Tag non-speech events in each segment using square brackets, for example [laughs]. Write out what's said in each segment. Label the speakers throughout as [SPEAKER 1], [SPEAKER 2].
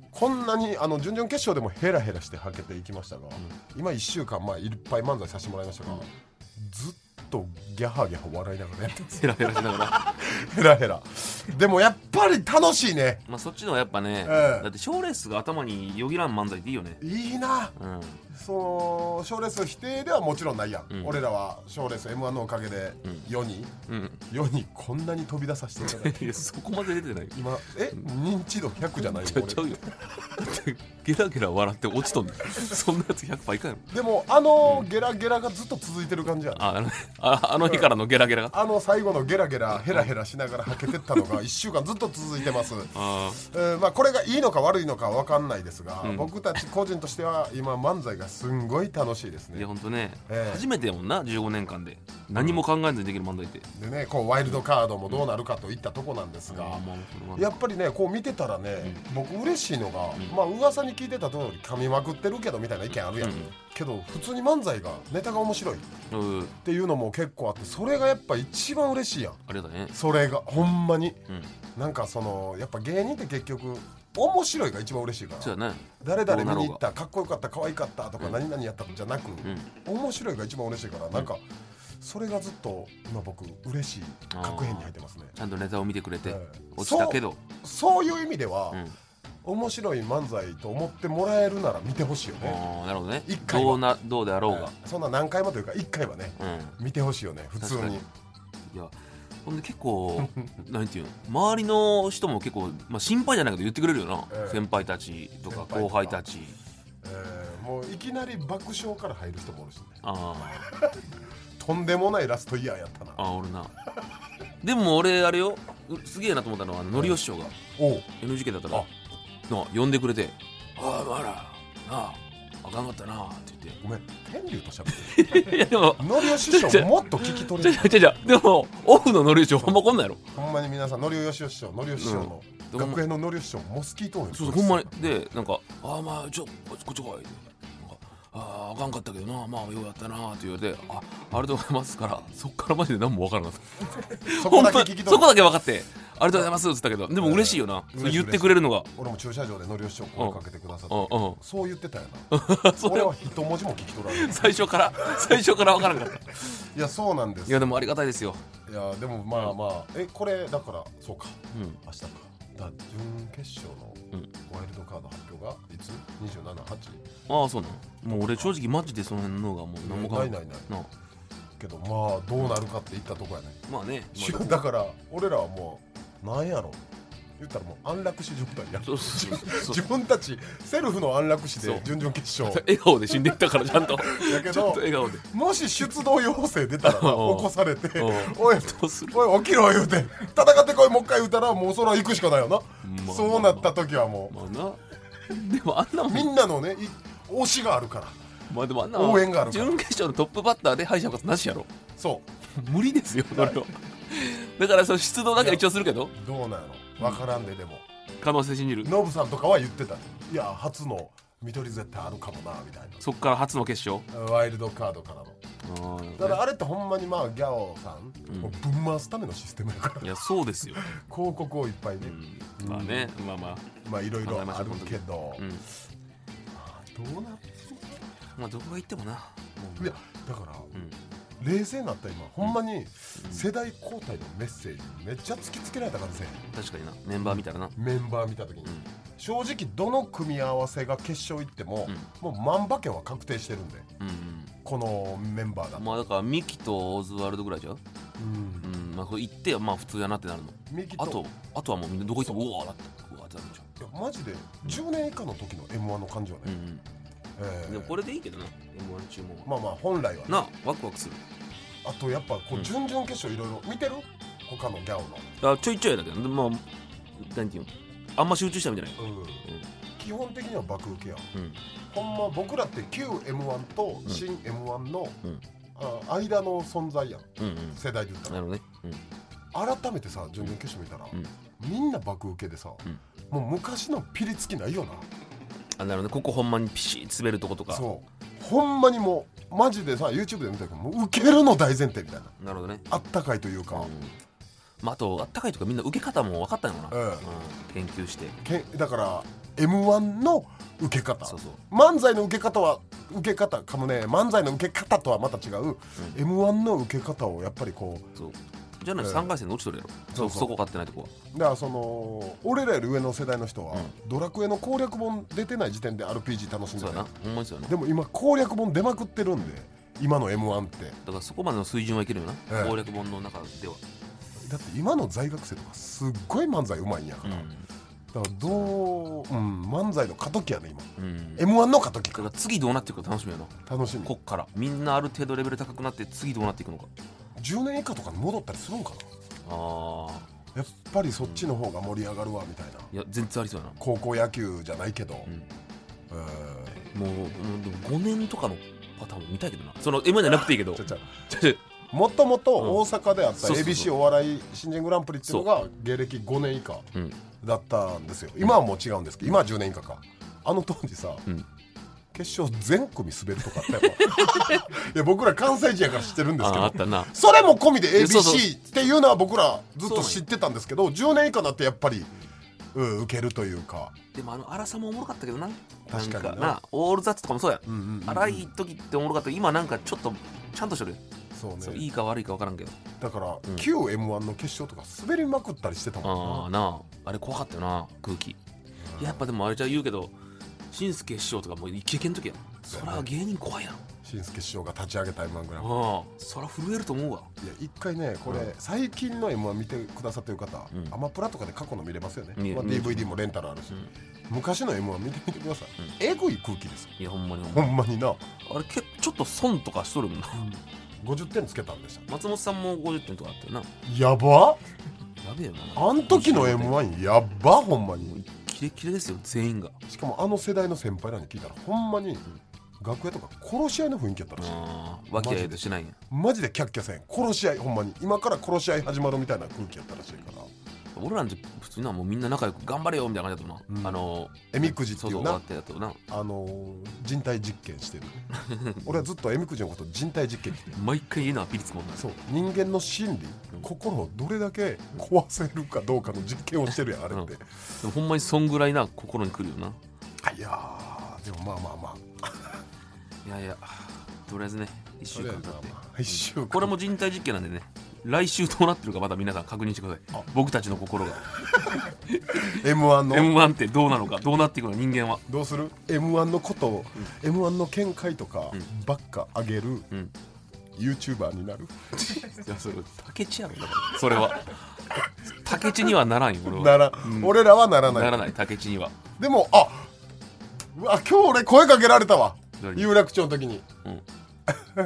[SPEAKER 1] こんなにあの準々決勝でもヘラヘラしてはけていきましたが、今1週間前いっぱい漫才させてもらいましたが、ずっとギャハギャハ笑いながらやってます
[SPEAKER 2] うヘラヘラしながら [laughs]
[SPEAKER 1] ヘラヘラでもやっぱり楽しいね
[SPEAKER 2] まあそっちのはやっぱね、
[SPEAKER 1] ええ
[SPEAKER 2] だって賞ーレースが頭によぎらん漫才っていいよね
[SPEAKER 1] いいな
[SPEAKER 2] うん
[SPEAKER 1] その賞レース否定ではもちろんないやん、
[SPEAKER 2] うん
[SPEAKER 1] 俺らは賞レース m 1のおかげで
[SPEAKER 2] ん
[SPEAKER 1] 世に、
[SPEAKER 2] うん
[SPEAKER 1] 世にこんなに飛び出させてい
[SPEAKER 2] [laughs]
[SPEAKER 1] ただいて
[SPEAKER 2] いやそこまで出てない
[SPEAKER 1] 今え認知度100じゃない
[SPEAKER 2] ちゃちゃうよ [laughs] ゲラゲラ笑って落ちとんねんそんなやつ100倍いかんやろ
[SPEAKER 1] 俺でもあのゲラゲラがずっと続いてる感じやな
[SPEAKER 2] ああのああの日からのゲラゲラが
[SPEAKER 1] あの最後のゲラゲラヘラヘラしながらはけてったのが1
[SPEAKER 2] [laughs]
[SPEAKER 1] 週間ずっと続いてます、
[SPEAKER 2] あ
[SPEAKER 1] えーまあ、これがいいのか悪いのか分かんないですが、僕たち個人としては今漫才がすんごい楽しいです
[SPEAKER 2] ーいや
[SPEAKER 1] ね
[SPEAKER 2] ほんとね、
[SPEAKER 1] ええ
[SPEAKER 2] 初めてやもんな15年間で何も考えずにできる漫才って、
[SPEAKER 1] でねこうワイルドカードもどうなるかといったとこなんです
[SPEAKER 2] あ
[SPEAKER 1] が
[SPEAKER 2] あ、もうそれは
[SPEAKER 1] やっぱりねこう見てたらね、僕嬉しいのが、まあ噂に聞いてた通り噛みまくってるけどみたいな意見あるやん、
[SPEAKER 2] うん
[SPEAKER 1] けど普通に漫才がネタが面白いっ
[SPEAKER 2] うん
[SPEAKER 1] ていうのも結構あってそれがやっぱ一番嬉しいやん
[SPEAKER 2] ありがとうね
[SPEAKER 1] それがほんまに。
[SPEAKER 2] うん
[SPEAKER 1] なんかそのやっぱ芸人って結局面白いが一番嬉しいから
[SPEAKER 2] そうやね
[SPEAKER 1] 誰々見に行っ
[SPEAKER 2] どうなろう
[SPEAKER 1] たかっこよかった可愛かったとか何々やったじゃなく、面白いが一番嬉しいからなんかそれがずっと今僕嬉しい確変に入ってますね
[SPEAKER 2] ちゃんとネタを見てくれて、
[SPEAKER 1] ええ
[SPEAKER 2] 落ちたけど
[SPEAKER 1] そういう意味では、
[SPEAKER 2] うん
[SPEAKER 1] 面白い漫才と思ってもらえるなら見てほしいよね、
[SPEAKER 2] ああなるほどね
[SPEAKER 1] 一回は
[SPEAKER 2] どうなどうであろうが、
[SPEAKER 1] そんな何回もというか1回はね
[SPEAKER 2] うん
[SPEAKER 1] 見てほしいよね普通に
[SPEAKER 2] 確かにいやほんで
[SPEAKER 1] [laughs]
[SPEAKER 2] 結構なんていうの周りの人も結構、まあ、心配じゃないけど言ってくれるよな、
[SPEAKER 1] ええ
[SPEAKER 2] 先輩たちとか
[SPEAKER 1] 先輩とか
[SPEAKER 2] 後輩たち
[SPEAKER 1] えーもういきなり爆笑から入る人もおるしね
[SPEAKER 2] あー
[SPEAKER 1] とんでもないラストイヤーやったな
[SPEAKER 2] あー俺なでも俺あれようすげえなと思ったのはあののりお師匠が
[SPEAKER 1] おう
[SPEAKER 2] NGK だったら
[SPEAKER 1] あ
[SPEAKER 2] なあ呼んでくれて「ああまだなああかんかったな」って
[SPEAKER 1] [laughs]
[SPEAKER 2] 言っ
[SPEAKER 1] ごめん天竜と喋ってる
[SPEAKER 2] て [laughs] いやでも
[SPEAKER 1] のりお師匠もっと聞き取
[SPEAKER 2] ち
[SPEAKER 1] れ
[SPEAKER 2] ゃ
[SPEAKER 1] る
[SPEAKER 2] ちゃちゃちゃでもオフののりお師匠ほんまこんなんやろ
[SPEAKER 1] ほんまに皆さんのりおよしお師匠のりお師匠の、
[SPEAKER 2] うん
[SPEAKER 1] 学園ののりお師匠モスキートーン
[SPEAKER 2] そうそうほんまにでなんか「ああまあちょこっちこっち来い」ってなんかあーあかんかったけどなまあようやったな」って言われて「あありがとうございます」から [laughs] そっからマジで何も分からなかった
[SPEAKER 1] そこだけ
[SPEAKER 2] ほん
[SPEAKER 1] 聞
[SPEAKER 2] と
[SPEAKER 1] き取
[SPEAKER 2] そこ
[SPEAKER 1] る
[SPEAKER 2] だけ分かって「ありがとうございます」っつったけどでも嬉しいよな、
[SPEAKER 1] うん
[SPEAKER 2] そう言ってくれるのが
[SPEAKER 1] 俺も駐車場でのりお師匠声かけてくださって、
[SPEAKER 2] うんうん
[SPEAKER 1] そう言ってたよな
[SPEAKER 2] [laughs]
[SPEAKER 1] 俺は一文字も聞き取らない
[SPEAKER 2] 最初から [laughs] 最初から分からなかった
[SPEAKER 1] いやそうなんです
[SPEAKER 2] いやでもありがたいですよ
[SPEAKER 1] いやでもまあまあえこれだからそうか、
[SPEAKER 2] うん
[SPEAKER 1] 明日かだ準決勝の
[SPEAKER 2] うん
[SPEAKER 1] ワイルドカード発表がいつ ?278
[SPEAKER 2] ああそうなのもう俺正直マジでその辺の方がもう何も考え
[SPEAKER 1] ないない
[SPEAKER 2] なあ
[SPEAKER 1] けどまあどうなるかって言ったとこやね
[SPEAKER 2] まあね、
[SPEAKER 1] し
[SPEAKER 2] まあ
[SPEAKER 1] [laughs] だから俺らはもうなんやろ言ったらもう安楽死状態や
[SPEAKER 2] そうそうそう [laughs]
[SPEAKER 1] 自分たちセルフの安楽死
[SPEAKER 2] そう
[SPEAKER 1] で準々決
[SPEAKER 2] [laughs]
[SPEAKER 1] 勝
[SPEAKER 2] 笑顔で死んでいったからちゃんと
[SPEAKER 1] やけ
[SPEAKER 2] ちょっ
[SPEAKER 1] ど
[SPEAKER 2] と笑顔で
[SPEAKER 1] もし出動要請出たらな起
[SPEAKER 2] [laughs] おう
[SPEAKER 1] こされて
[SPEAKER 2] おう
[SPEAKER 1] 「おい
[SPEAKER 2] どうする
[SPEAKER 1] おい起きろ」言うて「戦ってこいもう一回言うたらもうそれは行くしかないよな
[SPEAKER 2] まあ
[SPEAKER 1] そうなった時はも
[SPEAKER 2] まあなでもあんなも
[SPEAKER 1] うんみんなのねい推しがあるから
[SPEAKER 2] まあでもあんな
[SPEAKER 1] 応援があるから
[SPEAKER 2] [laughs] 準決勝のトップバッターで敗者復活なしやろ
[SPEAKER 1] そ
[SPEAKER 2] 無理ですよそれは
[SPEAKER 1] う
[SPEAKER 2] だからその出動だけは一応するけど
[SPEAKER 1] どうなんやろわからんででも
[SPEAKER 2] 可能性信じる
[SPEAKER 1] ノブさんとかは言ってたねいや初の緑絶対あるかもなみたい
[SPEAKER 2] [laughs] そこから初の決勝
[SPEAKER 1] なワイルドカードからの
[SPEAKER 2] うん
[SPEAKER 1] ただあれってほんまにまあギャオさんをぶん回すためのシステムやから
[SPEAKER 2] いやそうですよ、
[SPEAKER 1] 広告をいっぱいね
[SPEAKER 2] うんまあねまあまあ
[SPEAKER 1] まあいろいろあるけど
[SPEAKER 2] うん
[SPEAKER 1] あどうなって
[SPEAKER 2] まあどこが行ってもな、
[SPEAKER 1] いやだから
[SPEAKER 2] うん、
[SPEAKER 1] 冷静になった今ほんまに世代交代のメッセージめっちゃ突きつけられた感じせえへん
[SPEAKER 2] 確かになメンバー見たらな
[SPEAKER 1] メンバー見た時に、
[SPEAKER 2] ん
[SPEAKER 1] 正直どの組み合わせが決勝行っても、もう万馬券は確定してるんで
[SPEAKER 2] うんうん
[SPEAKER 1] このメンバーだと、
[SPEAKER 2] まあだからミキとオズワルドぐらいじゃう
[SPEAKER 1] うん
[SPEAKER 2] うんまあこれ行ってまあ普通やなってなるの
[SPEAKER 1] ミキと
[SPEAKER 2] あとあとはもうみんなどこ行ってもうわーなってうわーってなる
[SPEAKER 1] い
[SPEAKER 2] じ
[SPEAKER 1] やマジで10年以下の時の m 1の感じは
[SPEAKER 2] ゃん
[SPEAKER 1] ね、
[SPEAKER 2] うん
[SPEAKER 1] え
[SPEAKER 2] う
[SPEAKER 1] ー
[SPEAKER 2] んでもこれでいいけどな M1 注文は、
[SPEAKER 1] まあまあ本来は、ね、
[SPEAKER 2] なあワクワクする
[SPEAKER 1] あとやっぱこ
[SPEAKER 2] う
[SPEAKER 1] うん準々決勝いろいろ見てる他のギャオの、
[SPEAKER 2] あちょいちょいだけどでまあなんていうのあんま集中したみたいな
[SPEAKER 1] うん基本的には爆受けやん
[SPEAKER 2] うん
[SPEAKER 1] ほんま僕らって旧 m 1と新 m 1の、
[SPEAKER 2] うん
[SPEAKER 1] あ間の存在やん
[SPEAKER 2] うんうん
[SPEAKER 1] 世代で言ったら
[SPEAKER 2] なるほどねうん
[SPEAKER 1] 改めてさ準々決勝見たら、
[SPEAKER 2] ん
[SPEAKER 1] みんな爆受けでさ、
[SPEAKER 2] ん
[SPEAKER 1] もう昔のピリつきないよ
[SPEAKER 2] あなるほどねここほんまにピシッ滑るとこと
[SPEAKER 1] な
[SPEAKER 2] か
[SPEAKER 1] そうほんまにもうマジでさ YouTube で見たけどもう受けるの大前提みたいな
[SPEAKER 2] なるほどね
[SPEAKER 1] あったかいというか、
[SPEAKER 2] まあ、あとあったかいとかみんな受け方も分かったのかな、
[SPEAKER 1] うん
[SPEAKER 2] 研究して
[SPEAKER 1] けんだから m 1の受け方
[SPEAKER 2] そうそう
[SPEAKER 1] 漫才の受け方は受け方かもね漫才の受け方とはまた違う、m 1の受け方をやっぱりこう
[SPEAKER 2] そうじゃない3回戦で落ちとるやろ、
[SPEAKER 1] そう
[SPEAKER 2] そ
[SPEAKER 1] そう
[SPEAKER 2] そこ勝ってないとこは
[SPEAKER 1] だからその俺らより上の世代の人は、ドラクエの攻略本出てない時点で RPG 楽しんで
[SPEAKER 2] そう
[SPEAKER 1] た
[SPEAKER 2] や
[SPEAKER 1] よ
[SPEAKER 2] なほんまにそうやな
[SPEAKER 1] でも今攻略本出まくってるんで今の m 1って
[SPEAKER 2] だからそこまでの水準はいけるよな、
[SPEAKER 1] ええ
[SPEAKER 2] 攻略本の中では
[SPEAKER 1] だって今の在学生とかすっごい漫才うまいんやから、だからどう、うん、漫才の過渡期やね今
[SPEAKER 2] うん、うん、だ
[SPEAKER 1] m 1の過渡期
[SPEAKER 2] か
[SPEAKER 1] から
[SPEAKER 2] 次どうなっていくか楽しみやな
[SPEAKER 1] 楽しみ
[SPEAKER 2] こっからみんなある程度レベル高くなって次どうなっていくのか
[SPEAKER 1] 10年以下とかに戻ったりするんかな
[SPEAKER 2] ああ
[SPEAKER 1] やっぱりそっちの方が盛り上がるわみたいない
[SPEAKER 2] や全然ありそうやな
[SPEAKER 1] 高校野球じゃないけど、
[SPEAKER 2] ん
[SPEAKER 1] えー
[SPEAKER 2] もうもうでも5年とかのパターンも見たいけどなその M じゃなくていいけど
[SPEAKER 1] ちょちょ
[SPEAKER 2] ちょちょ
[SPEAKER 1] もともと大阪であった
[SPEAKER 2] そうそうそう
[SPEAKER 1] ABC お笑い新人グランプリっていうのが芸歴5年以下
[SPEAKER 2] うん
[SPEAKER 1] だったんですよ今はもう違うんですけど今は10年以下かあの当時さ、
[SPEAKER 2] ん
[SPEAKER 1] 決勝全組滑るとかあったよ [laughs] いや僕ら関西人やから知ってるんですけ
[SPEAKER 2] ああっ
[SPEAKER 1] ど
[SPEAKER 2] たな
[SPEAKER 1] それも込みで
[SPEAKER 2] そうそう
[SPEAKER 1] ABC っていうのは僕らずっ
[SPEAKER 2] そう
[SPEAKER 1] と
[SPEAKER 2] なんや
[SPEAKER 1] 知ってたんですけど10年以下になってやっぱり、うん、受けるというか
[SPEAKER 2] [laughs] でもあの荒さもおもろかったけどな
[SPEAKER 1] 確かになん
[SPEAKER 2] オールザッツとかもそうや、
[SPEAKER 1] んうんうん
[SPEAKER 2] 荒い時っておもろかったけど今なんかちょっとちゃんとしてる、
[SPEAKER 1] そうね
[SPEAKER 2] そういいか悪いか分からんけど
[SPEAKER 1] だから、旧 m 1の決勝とか滑りまくったりしてたもん
[SPEAKER 2] ああなああれ怖かったよな空気やっぱでもあれじゃ言うけどしんすけ師匠とかもうイケイケの時やんそら芸人怖いやろ
[SPEAKER 1] 新助師匠が立ち上げた m 1グランプ
[SPEAKER 2] ああそら震えると思うわ
[SPEAKER 1] リいや一回ねこれ、
[SPEAKER 2] うん
[SPEAKER 1] 最近の m 1見てくださってる方、
[SPEAKER 2] うん
[SPEAKER 1] アマプラとかで過去の見れますよね、
[SPEAKER 2] 見え
[SPEAKER 1] まあ、
[SPEAKER 2] 見え
[SPEAKER 1] DVD もレンタルあるし、昔の m 1見てみてください、えぐい空気ですよ
[SPEAKER 2] いやほんまにほんま
[SPEAKER 1] ほんまにな
[SPEAKER 2] あれけちょっと損とかしとるもんな
[SPEAKER 1] 50点つけたんでした
[SPEAKER 2] 松本さんも50点とかあったよな
[SPEAKER 1] やばっ
[SPEAKER 2] やべえよな
[SPEAKER 1] あん時の m 1やっばほんま
[SPEAKER 2] もう
[SPEAKER 1] に
[SPEAKER 2] キレキレですよ全員が
[SPEAKER 1] しかもあの世代の先輩らに聞いたらほんまに楽屋とか殺し合いの雰囲気やったらしい
[SPEAKER 2] ああ和気あいあいとしてないんや
[SPEAKER 1] マジでキャッキャせん殺し合いほんまに今から殺し合い始まるみたいな空気やったらしいから
[SPEAKER 2] 俺らの時普通にはもうみんな仲良く頑張れよみたいな感じだったもんな、あの
[SPEAKER 1] えみくじっていうな
[SPEAKER 2] そうそう終わってやったよな
[SPEAKER 1] あのー人体実験してる俺はずっとえみくじのこと人体実験って言って
[SPEAKER 2] 毎回言うのはピリつくもんな
[SPEAKER 1] そう人間の心理心をどれだけ壊せるかどうかの実験をしてるやんあれって、
[SPEAKER 2] でもほんまにそんぐらいな心にくるよない
[SPEAKER 1] やーでもまあまあまあ
[SPEAKER 2] いやいやとりあえずね1週
[SPEAKER 1] とりあえ
[SPEAKER 2] 間
[SPEAKER 1] ず
[SPEAKER 2] 経
[SPEAKER 1] ま
[SPEAKER 2] っ
[SPEAKER 1] あ
[SPEAKER 2] て
[SPEAKER 1] まあ一週間
[SPEAKER 2] これも人体実験なんでね来週どうなってるかまだ皆さん確認してください僕たちの心が
[SPEAKER 1] m 1の
[SPEAKER 2] m 1ってどうなのかどうなっていくのか人間は
[SPEAKER 1] どうする m 1のことを、m 1の見解とかばっか上げる、
[SPEAKER 2] ん
[SPEAKER 1] YouTuber になる
[SPEAKER 2] いやそれ竹地やろだからそれは竹地にはならんよ俺は
[SPEAKER 1] なら、俺らはならない
[SPEAKER 2] ならない竹地には
[SPEAKER 1] でもあうわ今日俺声かけられたわ
[SPEAKER 2] 何
[SPEAKER 1] 有楽町の時に
[SPEAKER 2] うん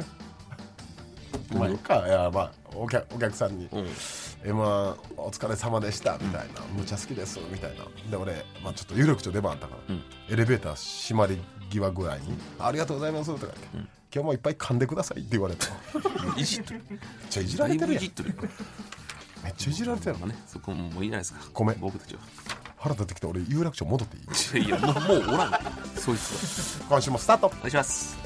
[SPEAKER 1] [laughs] まあいいかいやまあお客お客さんに
[SPEAKER 2] うん
[SPEAKER 1] 「m 1お疲れ様でした」みたいな「むちゃ好きです」みたいなで俺、まあ、ちょっと有力長出番あったから、
[SPEAKER 2] ん
[SPEAKER 1] エレベーター閉まり際ぐらいに「ありがとうございます」とか言って、今日 [laughs] もいっぱい噛んでください」って言われた
[SPEAKER 2] いじっとる
[SPEAKER 1] じゃいじら
[SPEAKER 2] だ
[SPEAKER 1] れ
[SPEAKER 2] い
[SPEAKER 1] て
[SPEAKER 2] ぶ
[SPEAKER 1] るや
[SPEAKER 2] い
[SPEAKER 1] ん
[SPEAKER 2] じっとるよ
[SPEAKER 1] めっちゃいじられてる
[SPEAKER 2] まあね、そこももういいじゃないですか。
[SPEAKER 1] ごめん
[SPEAKER 2] 僕たちは。
[SPEAKER 1] 腹立ってきて俺有楽町戻っていい
[SPEAKER 2] いや、もう、もうおらん。そいつ
[SPEAKER 1] [laughs]
[SPEAKER 2] は。
[SPEAKER 1] 今週もスタート
[SPEAKER 2] お願いします。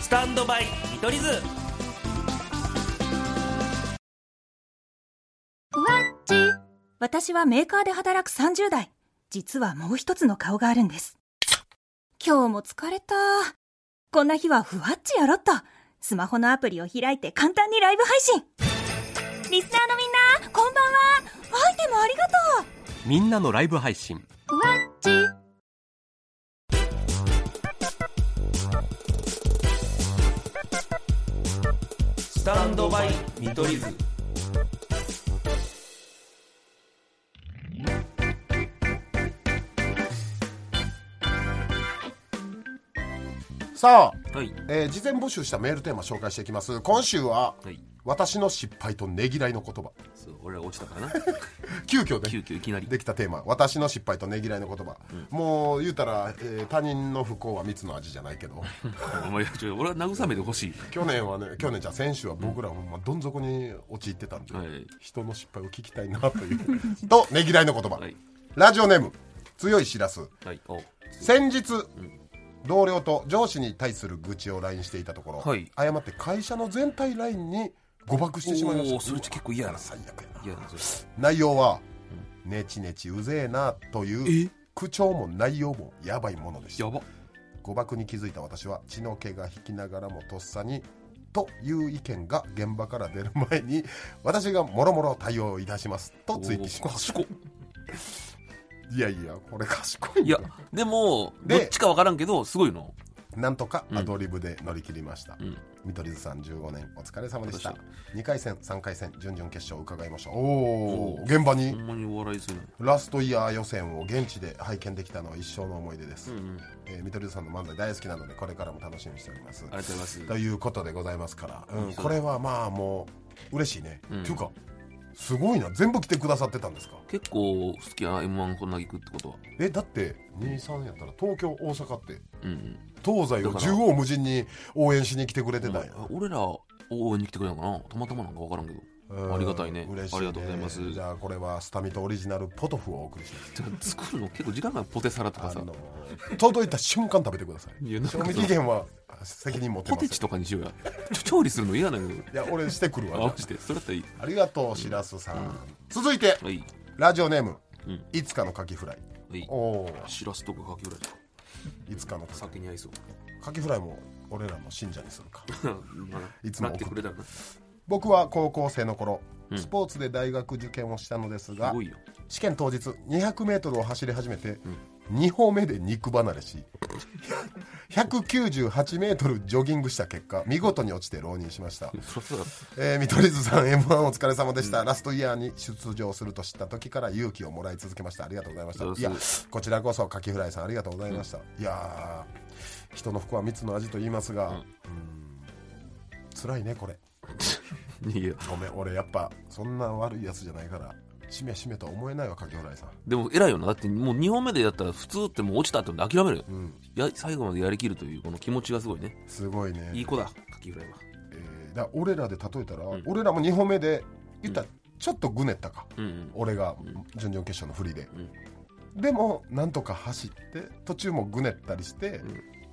[SPEAKER 3] スタンドバイ見取り図
[SPEAKER 4] 私はメーカーで働く30代。実はもう一つの顔があるんです。今日も疲れた。こんな日はふわっちやろっと。スマホのアプリを開いて簡単にライブ配信。リスナーのみんな、こんばんは。アイテムありがとう。
[SPEAKER 5] みんなのライブ配信
[SPEAKER 3] スタンドバイ見取り図
[SPEAKER 1] さあ、
[SPEAKER 2] はい。
[SPEAKER 1] えー事前募集したメールテーマ紹介していきます今週は、
[SPEAKER 2] はい。
[SPEAKER 1] 私の失敗とねぎらいの言葉
[SPEAKER 2] そう、俺らが落ちたからな。
[SPEAKER 1] 急遽ね
[SPEAKER 2] [laughs] 急遽いきなり。
[SPEAKER 1] できたテーマ私の失敗とねぎらいの言葉、もう言うたら、えー他人の不幸は蜜の味じゃないけ
[SPEAKER 2] [laughs]
[SPEAKER 1] ど
[SPEAKER 2] お前、ちょ俺は慰めてほしい。
[SPEAKER 1] 去年はね去年じゃ先週は僕らほんまどん底に陥ってたんで、
[SPEAKER 2] はい
[SPEAKER 1] 人の失敗を聞きたいなというとねぎらいの言葉、
[SPEAKER 2] はい。
[SPEAKER 1] ラジオネーム強いしらす
[SPEAKER 2] はい。お。
[SPEAKER 1] 先日、同僚と上司に対する愚痴を LINE していたところ、
[SPEAKER 2] はい
[SPEAKER 1] 誤って会社の全体 LINE に誤爆してしまいまし
[SPEAKER 2] お
[SPEAKER 1] た
[SPEAKER 2] ーそれ結構嫌やな
[SPEAKER 1] 最悪やない
[SPEAKER 2] や、そ
[SPEAKER 1] 内容は「ネチネチうぜえな」という口調も内容もやばいものでし
[SPEAKER 2] れ。や
[SPEAKER 1] た
[SPEAKER 2] ば。
[SPEAKER 1] 誤爆に気づいた私は血の毛が引きながらもとっさに「という意見が現場から出る前に私がもろもろ対応いたしますと追記しました
[SPEAKER 2] 賢っ
[SPEAKER 1] いやいやこれ賢い
[SPEAKER 2] いや
[SPEAKER 1] よ、
[SPEAKER 2] でも、
[SPEAKER 1] で
[SPEAKER 2] どっちかわからんけど、すごいの。
[SPEAKER 1] なんとかアドリブで乗り切りました、
[SPEAKER 2] ん
[SPEAKER 1] 見取り図さん15年お疲れ様でした
[SPEAKER 2] どう
[SPEAKER 1] 2回戦3回戦準々決勝伺いましたおお現場
[SPEAKER 2] ほ
[SPEAKER 1] に
[SPEAKER 2] んまにお笑いする。
[SPEAKER 1] ラストイヤー予選を現地で拝見できたのは一生の思い出です、
[SPEAKER 2] うんうん。
[SPEAKER 1] えー見取り図さんの漫才大好きなのでこれからも楽しみにしております
[SPEAKER 2] ありがとうござい
[SPEAKER 1] と
[SPEAKER 2] ます。
[SPEAKER 1] いうことでございますから、うん
[SPEAKER 2] うん
[SPEAKER 1] これはまあもう嬉しいね、
[SPEAKER 2] うん
[SPEAKER 1] っていうかすごいな全部来てくださってたんですか
[SPEAKER 2] 結構好きやな、M1 こんな行くってことは。
[SPEAKER 1] えだって23やったら東京大阪って
[SPEAKER 2] うんうん。
[SPEAKER 1] 東西を縦横無尽に応援しに来てくれてたんや、
[SPEAKER 2] あ俺ら応援に来てくれたのかなたまたまなんか分からんけど、
[SPEAKER 1] うん
[SPEAKER 2] ありがたいね
[SPEAKER 1] 嬉し
[SPEAKER 2] ありがとうございます
[SPEAKER 1] じゃあこれはスタミトオリジナルポトフをお送りします
[SPEAKER 2] てか作るの結構時間がポテサラとか
[SPEAKER 1] あ
[SPEAKER 2] さ
[SPEAKER 1] の届いた瞬間食べてください
[SPEAKER 2] いやなんか
[SPEAKER 1] 賞味期限は責任持って
[SPEAKER 2] ポ
[SPEAKER 1] ます
[SPEAKER 2] テチとかにしようやちょ調理するの嫌なのよ
[SPEAKER 1] いや俺してくる
[SPEAKER 2] 合
[SPEAKER 1] わ
[SPEAKER 2] わせてそれだったらいい
[SPEAKER 1] ありがとうしらすさん、続いて
[SPEAKER 2] はい
[SPEAKER 1] ラジオネーム、
[SPEAKER 2] うん
[SPEAKER 1] いつかのカキフライ
[SPEAKER 2] はい
[SPEAKER 1] おお
[SPEAKER 2] しらすとかかきぐらいとか
[SPEAKER 1] いつかのカ
[SPEAKER 2] 酒に合いそう
[SPEAKER 1] キフライも俺らの信者にするか
[SPEAKER 2] まあ
[SPEAKER 1] いつも
[SPEAKER 2] なってくれたらな
[SPEAKER 1] 僕は高校生の頃、スポーツで大学受験をしたのですが
[SPEAKER 2] すごいよ
[SPEAKER 1] 試験当日 200m を走り始めて、2歩目で肉離れし 198m ジョギングした結果見事に落ちて浪人しました
[SPEAKER 2] そら [laughs] そうだ
[SPEAKER 1] えー見取り図さん m 1お疲れ様でした、ラストイヤーに出場すると知った時から勇気をもらい続けましたありがとうございました
[SPEAKER 2] どう
[SPEAKER 1] い
[SPEAKER 2] ぞ
[SPEAKER 1] やこちらこそカキフライさんありがとうございました、いやー人の服は蜜の味と言いますが、うーん、辛いねこれ
[SPEAKER 2] いや
[SPEAKER 1] ごめん俺やっぱそんな悪いやつじゃないからしめしめとは思えないわカキフライさん
[SPEAKER 2] でも偉いよなだってもう2本目でやったら普通ってもう落ちたってもう諦めるよ、
[SPEAKER 1] ん
[SPEAKER 2] や最後までやりきるというこの気持ちがすごいね
[SPEAKER 1] すごいね
[SPEAKER 2] いい子だかきぐらいは
[SPEAKER 1] えーだから俺らで例えたら、俺らも2本目で言ったらちょっとぐねったか、
[SPEAKER 2] うんうん
[SPEAKER 1] 俺が準々決勝のフリーで、でもなんとか走って途中もぐねったりして、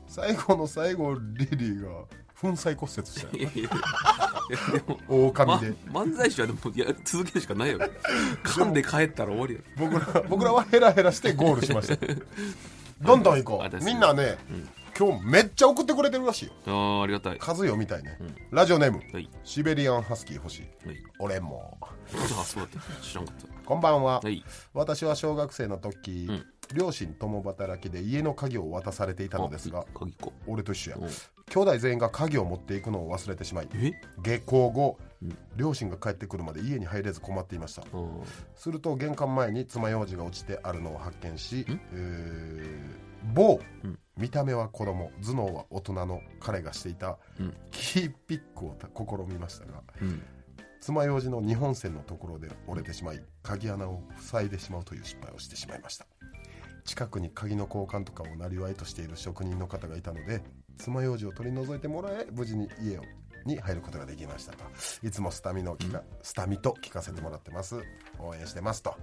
[SPEAKER 1] 最後の最後リリーが粉砕骨折したよ
[SPEAKER 2] いやいやいや [laughs] でも
[SPEAKER 1] 狼
[SPEAKER 2] ま
[SPEAKER 1] で、
[SPEAKER 2] 漫才師はでもやり続けるしかない [laughs] よ噛んで帰ったら終わりや
[SPEAKER 1] 僕ら僕らはヘラヘラしてゴールしました
[SPEAKER 2] [laughs]
[SPEAKER 1] どんどん行こ
[SPEAKER 2] あで
[SPEAKER 1] う
[SPEAKER 2] す
[SPEAKER 1] みんなね、今日めっちゃ送ってくれてるらしいよ
[SPEAKER 2] あーありがたい
[SPEAKER 1] 数読みたいね、ラジオネーム、
[SPEAKER 2] はい
[SPEAKER 1] シベリアンハスキー欲しい
[SPEAKER 2] はい
[SPEAKER 1] 俺も
[SPEAKER 2] あそうだった知らんかっ
[SPEAKER 1] こんばんは、
[SPEAKER 2] はい
[SPEAKER 1] 私は小学生の時、両親共働きで家の鍵を渡されていた
[SPEAKER 2] た
[SPEAKER 1] のですが
[SPEAKER 2] あ鍵子
[SPEAKER 1] 俺と一緒や、
[SPEAKER 2] うん
[SPEAKER 1] 兄弟全員が鍵を持っていくのを忘れてしまい
[SPEAKER 2] え
[SPEAKER 1] 下校後、両親が帰ってくるまで家に入れず困っていました
[SPEAKER 2] うん
[SPEAKER 1] すると玄関前に爪楊枝が落ちてあるのを発見し、えー某、見た目は子供頭脳は大人の彼がしていた、キーピックを試みましたが、
[SPEAKER 2] ん
[SPEAKER 1] 爪楊枝の2本線のところで折れてしまい鍵穴を塞いでしまうという失敗をしてしまいました近くに鍵の交換とかをなりわいとしている職人の方がいたので爪楊枝を取り除いてもらえ無事に家をに入ることができましたといつもスタミのを聞かスタミと聞かせてもらってます応援してます
[SPEAKER 2] [laughs]
[SPEAKER 1] と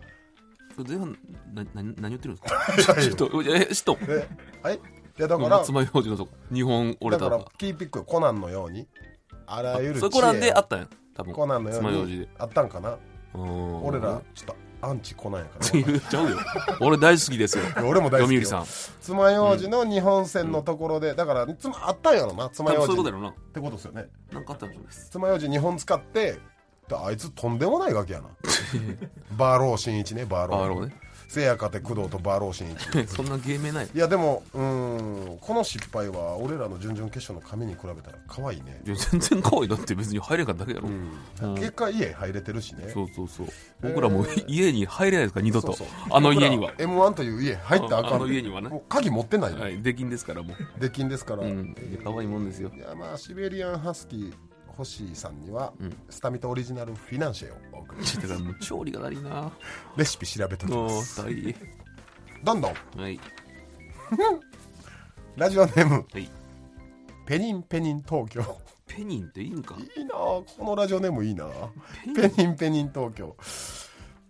[SPEAKER 2] それ前半なな何言ってるんですかちょっとええちょっと
[SPEAKER 1] えはいいやだから
[SPEAKER 2] 松前王子のとこ日本
[SPEAKER 1] だ
[SPEAKER 2] 折れた
[SPEAKER 1] から
[SPEAKER 2] とか
[SPEAKER 1] キーピックコナンのようにあらゆる
[SPEAKER 2] そこらんであったんや多分
[SPEAKER 1] コナンのよ
[SPEAKER 2] 爪楊
[SPEAKER 1] う
[SPEAKER 2] 枝で
[SPEAKER 1] にあったんかな
[SPEAKER 2] うん
[SPEAKER 1] 俺らちょっとアンチコナンやから
[SPEAKER 2] 言っちゃうよ [laughs] 俺大好きですよ
[SPEAKER 1] 俺も大好きよ
[SPEAKER 2] 読売さん
[SPEAKER 1] 爪楊枝の日本線のところで、だからつまあったんやろな
[SPEAKER 2] 多
[SPEAKER 1] 爪楊
[SPEAKER 2] 分
[SPEAKER 1] 枝
[SPEAKER 2] そういうことやろな
[SPEAKER 1] ってことですよね
[SPEAKER 2] なんかあったんです
[SPEAKER 1] 爪楊枝2本使ってであいつとんでもないガキやな [laughs] バーロー新一ねバーロー
[SPEAKER 2] バーローね
[SPEAKER 1] せやかて工藤とバーロー新一
[SPEAKER 2] [laughs] そんな芸名ない
[SPEAKER 1] いやでもうーんこの失敗は俺らの準々決勝の紙に比べたら可愛いね
[SPEAKER 2] いや全然可愛いだって別に入れんかっただけやろ、
[SPEAKER 1] 結果家入れてるしね
[SPEAKER 2] そうそうそう僕らも家に入れないですから二度と
[SPEAKER 1] そうそう
[SPEAKER 2] あの家には
[SPEAKER 1] 僕、ら M1 という家入ったらあかん
[SPEAKER 2] あの家にはね
[SPEAKER 1] もう鍵持ってないの、
[SPEAKER 2] はい、出禁ですからもう
[SPEAKER 1] 出禁ですから、
[SPEAKER 2] うんいや可愛いもんですよ [laughs]
[SPEAKER 1] いやまあシベリアンハスキー星さんには、スタミトオリジナルフィナンシェをお送
[SPEAKER 2] [laughs]
[SPEAKER 1] りし
[SPEAKER 2] だからもう調理が足りな
[SPEAKER 1] [laughs] レシピ調べておき
[SPEAKER 2] もう
[SPEAKER 1] ます
[SPEAKER 2] 大変
[SPEAKER 1] どんどん
[SPEAKER 2] はい
[SPEAKER 1] ラジオネーム
[SPEAKER 2] はい
[SPEAKER 1] ペニンペニン東京
[SPEAKER 2] ペニンっていいんか
[SPEAKER 1] いいなあこのラジオネームいいなあペニンペニン東京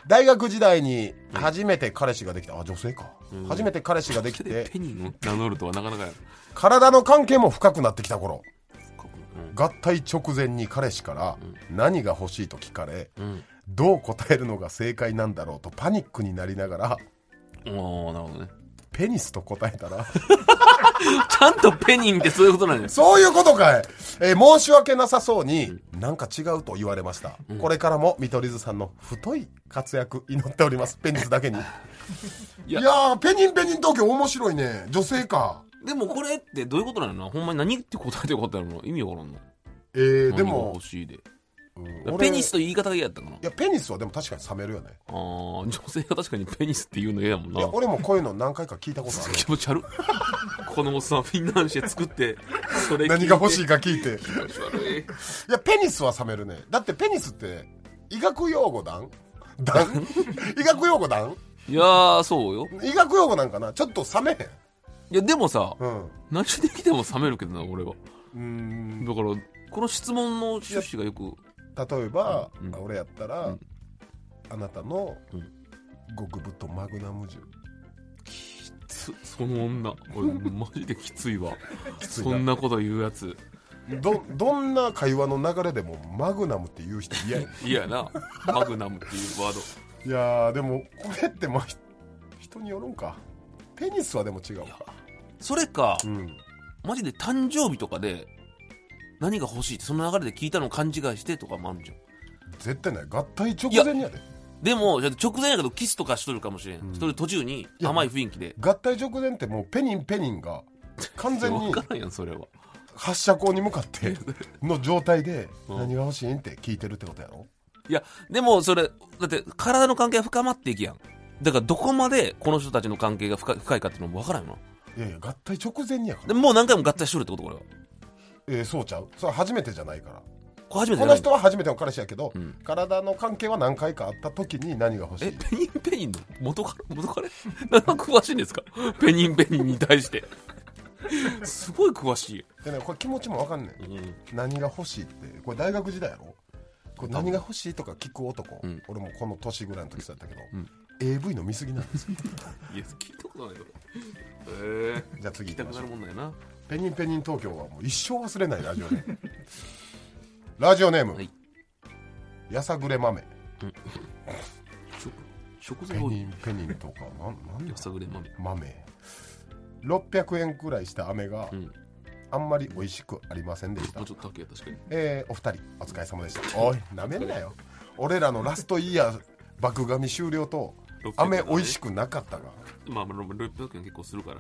[SPEAKER 1] 大学時代に初めて彼氏ができたあ女性か、初めて彼氏ができ
[SPEAKER 2] で
[SPEAKER 1] て
[SPEAKER 2] ペニンを名乗るとはなかなかやろ
[SPEAKER 1] 体の関係も深くなってきた頃
[SPEAKER 2] うん
[SPEAKER 1] 合体直前に彼氏から何が欲しいと聞かれ、
[SPEAKER 2] ん
[SPEAKER 1] どう答えるのが正解なんだろうとパニックになりながら
[SPEAKER 2] おーなるほどね
[SPEAKER 1] ペニスと答えたら [laughs]
[SPEAKER 2] ちゃんとペニンってそういうことなんです
[SPEAKER 1] そういうことかい、えー申し訳なさそうに、なんか違うと言われました、これからも見取り図さんの太い活躍祈っておりますペニスだけ
[SPEAKER 2] [laughs]
[SPEAKER 1] にい
[SPEAKER 2] や
[SPEAKER 1] やーペニンペニン東京面白いね女性か
[SPEAKER 2] でもこれってどういうことなのほんまに何って答えてよかったの意味わからんの
[SPEAKER 1] えー、で
[SPEAKER 2] 何が
[SPEAKER 1] も
[SPEAKER 2] 欲、しいで
[SPEAKER 1] うん
[SPEAKER 2] ペニス
[SPEAKER 1] 俺
[SPEAKER 2] という言い方が嫌やったかない
[SPEAKER 1] やペニスはでも確かに冷めるよね
[SPEAKER 2] あー女性が確かにペニスっていうの嫌やもん
[SPEAKER 1] い
[SPEAKER 2] な
[SPEAKER 1] や俺もこういうの何回か聞いたことあ
[SPEAKER 2] [laughs]
[SPEAKER 1] る
[SPEAKER 2] 気持ち
[SPEAKER 1] [laughs]
[SPEAKER 2] 悪っこのおっさんフィンランシェ作ってそれ聞いて
[SPEAKER 1] 何が欲しい
[SPEAKER 2] 気
[SPEAKER 1] か聞いて
[SPEAKER 2] 持ち悪い
[SPEAKER 1] いや、ペニスは冷めるね。だってペニスって、医学用語だんだ
[SPEAKER 2] [laughs]
[SPEAKER 1] ん医学用語だん
[SPEAKER 2] いやーそうよ
[SPEAKER 1] 医学用語なんかなちょっと冷めへん。
[SPEAKER 2] いやでもさ、
[SPEAKER 1] うん。う
[SPEAKER 2] 何できても冷めるけどな俺は
[SPEAKER 1] ーん
[SPEAKER 2] だからこの質問の趣旨がよく
[SPEAKER 1] 例えば、
[SPEAKER 2] うん
[SPEAKER 1] 俺やったら、
[SPEAKER 2] うん
[SPEAKER 1] あなたの
[SPEAKER 2] うん
[SPEAKER 1] 極太マグナム銃。
[SPEAKER 2] つその女俺マジできついわ
[SPEAKER 1] ついな
[SPEAKER 2] そんなこと言うやつ
[SPEAKER 1] [laughs] ど、どんな会話の流れでもマグナムって言う人嫌や。
[SPEAKER 2] 嫌やなマグナムっていうワード
[SPEAKER 1] いやー、でも、これってまあ、ひ人によるんか。ペニスはでも違うわ。
[SPEAKER 2] それか、
[SPEAKER 1] うん。
[SPEAKER 2] マジで誕生日とかで何が欲しいってその流れで聞いたのを勘違いしてとかもあるじゃん
[SPEAKER 1] 絶対ない。合体直前にやで。
[SPEAKER 2] でもだって直前やけどキスとかしとるかもしれん、それ途中に
[SPEAKER 1] や
[SPEAKER 2] 甘い雰囲気で
[SPEAKER 1] 合体直前ってもうペニンペニン [laughs] が完全
[SPEAKER 2] 分
[SPEAKER 1] に
[SPEAKER 2] からんやんそれは
[SPEAKER 1] 発射口に向かっての状態で何が欲しいんって聞いてるってことやろ
[SPEAKER 2] いやでもそれだって体の関係は深まっていくやんだからどこまでこの人たちの関係が深い深いかっていうのも分からんよ
[SPEAKER 1] いやいや合体直前にやから
[SPEAKER 2] なでももう何回も合体しとるってことこれは
[SPEAKER 1] えーそうちゃうそれは初めてじゃないから
[SPEAKER 2] これ初めてじ
[SPEAKER 1] こ
[SPEAKER 2] ゃな
[SPEAKER 1] の
[SPEAKER 2] い
[SPEAKER 1] 人は初めての彼氏やけど、
[SPEAKER 2] ん
[SPEAKER 1] 体の関係は何回かあった時に何が欲し
[SPEAKER 2] え
[SPEAKER 1] い
[SPEAKER 2] ペニンペニンの元から元から [laughs] 何か詳しいんですかペニンペニンに対してすごい詳しい、
[SPEAKER 1] でねこれ気持ちも分かんねん、何が欲しいってこれ大学時代やろこれ何が欲しいとか聞く男、
[SPEAKER 2] うん
[SPEAKER 1] 俺もこの年ぐらいの時そうやったけど、
[SPEAKER 2] ん
[SPEAKER 1] AV の見過ぎなんですよ
[SPEAKER 2] いや聞いたことないよへえ
[SPEAKER 1] じゃあ次
[SPEAKER 2] [laughs] 聞き
[SPEAKER 1] 行
[SPEAKER 2] た
[SPEAKER 1] きまし
[SPEAKER 2] くな
[SPEAKER 1] ょ
[SPEAKER 2] る
[SPEAKER 1] う
[SPEAKER 2] もんなんやな
[SPEAKER 1] ペニンペニン東京はもう一生忘れないラジオネームラジオネーム、
[SPEAKER 2] はい
[SPEAKER 1] やさぐれ豆
[SPEAKER 2] 食
[SPEAKER 1] ペ
[SPEAKER 2] 材多
[SPEAKER 1] ニ
[SPEAKER 2] い
[SPEAKER 1] ンペニンとかなんなんだ
[SPEAKER 2] やさぐれ豆
[SPEAKER 1] 豆600円くらいした飴が、
[SPEAKER 2] うん
[SPEAKER 1] あんまり美味しくありませんでした
[SPEAKER 2] もうちょっとだけ確かに
[SPEAKER 1] えーお二人お疲れ様でしたおいなめんなよ俺らのラストイヤー爆紙終了と
[SPEAKER 2] 600
[SPEAKER 1] 飴美味しくなかったが
[SPEAKER 2] まあまあ600円結構するから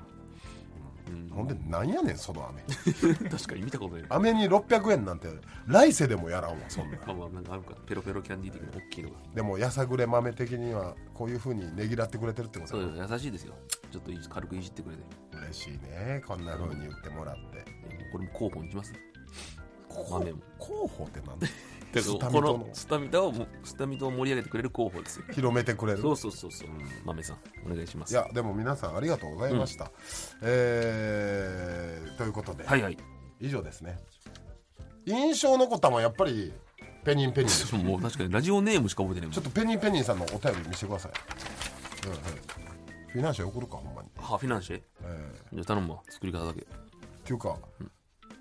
[SPEAKER 1] ほんでなんやねんその飴
[SPEAKER 2] 確かに見たことないま
[SPEAKER 1] 飴に600円なんて来世でもやらんわそん
[SPEAKER 2] [laughs]
[SPEAKER 1] な
[SPEAKER 2] あまあなんかあるかペロペロキャンディー的な大きいのが
[SPEAKER 1] でもやさぐれ豆的にはこういうふうにねぎらってくれてるってこと
[SPEAKER 2] そ
[SPEAKER 1] だ
[SPEAKER 2] うよ優しいですよちょっといじ軽くいじってくれて
[SPEAKER 1] 嬉しいねこんなふうに言ってもらって
[SPEAKER 2] これも候補にします豆も [laughs]
[SPEAKER 1] 候補ってなんだ
[SPEAKER 2] だ
[SPEAKER 1] ス
[SPEAKER 2] か
[SPEAKER 1] タ
[SPEAKER 2] ら
[SPEAKER 1] ミトの
[SPEAKER 2] このスタミタをもスタミタを盛り上げてくれる候補ですよ
[SPEAKER 1] 広めてくれる
[SPEAKER 2] そうそうそうそう豆さんお願いしま
[SPEAKER 1] い
[SPEAKER 2] す
[SPEAKER 1] やでも皆さんありがとうございました、えーということで、
[SPEAKER 2] はいはい
[SPEAKER 1] 以上ですね印象残ったのはやっぱりペニンペニンです [laughs]
[SPEAKER 2] ちょっともう確かにラジオネームしか覚えてないもん
[SPEAKER 1] ちょっとペニーペニーさんのお便り見せてください。うんうんフィナンシェ送るか、ほんまに。
[SPEAKER 2] はあフィナンシェ
[SPEAKER 1] えー
[SPEAKER 2] じゃあ頼むわ作り方だけ
[SPEAKER 1] っていうか、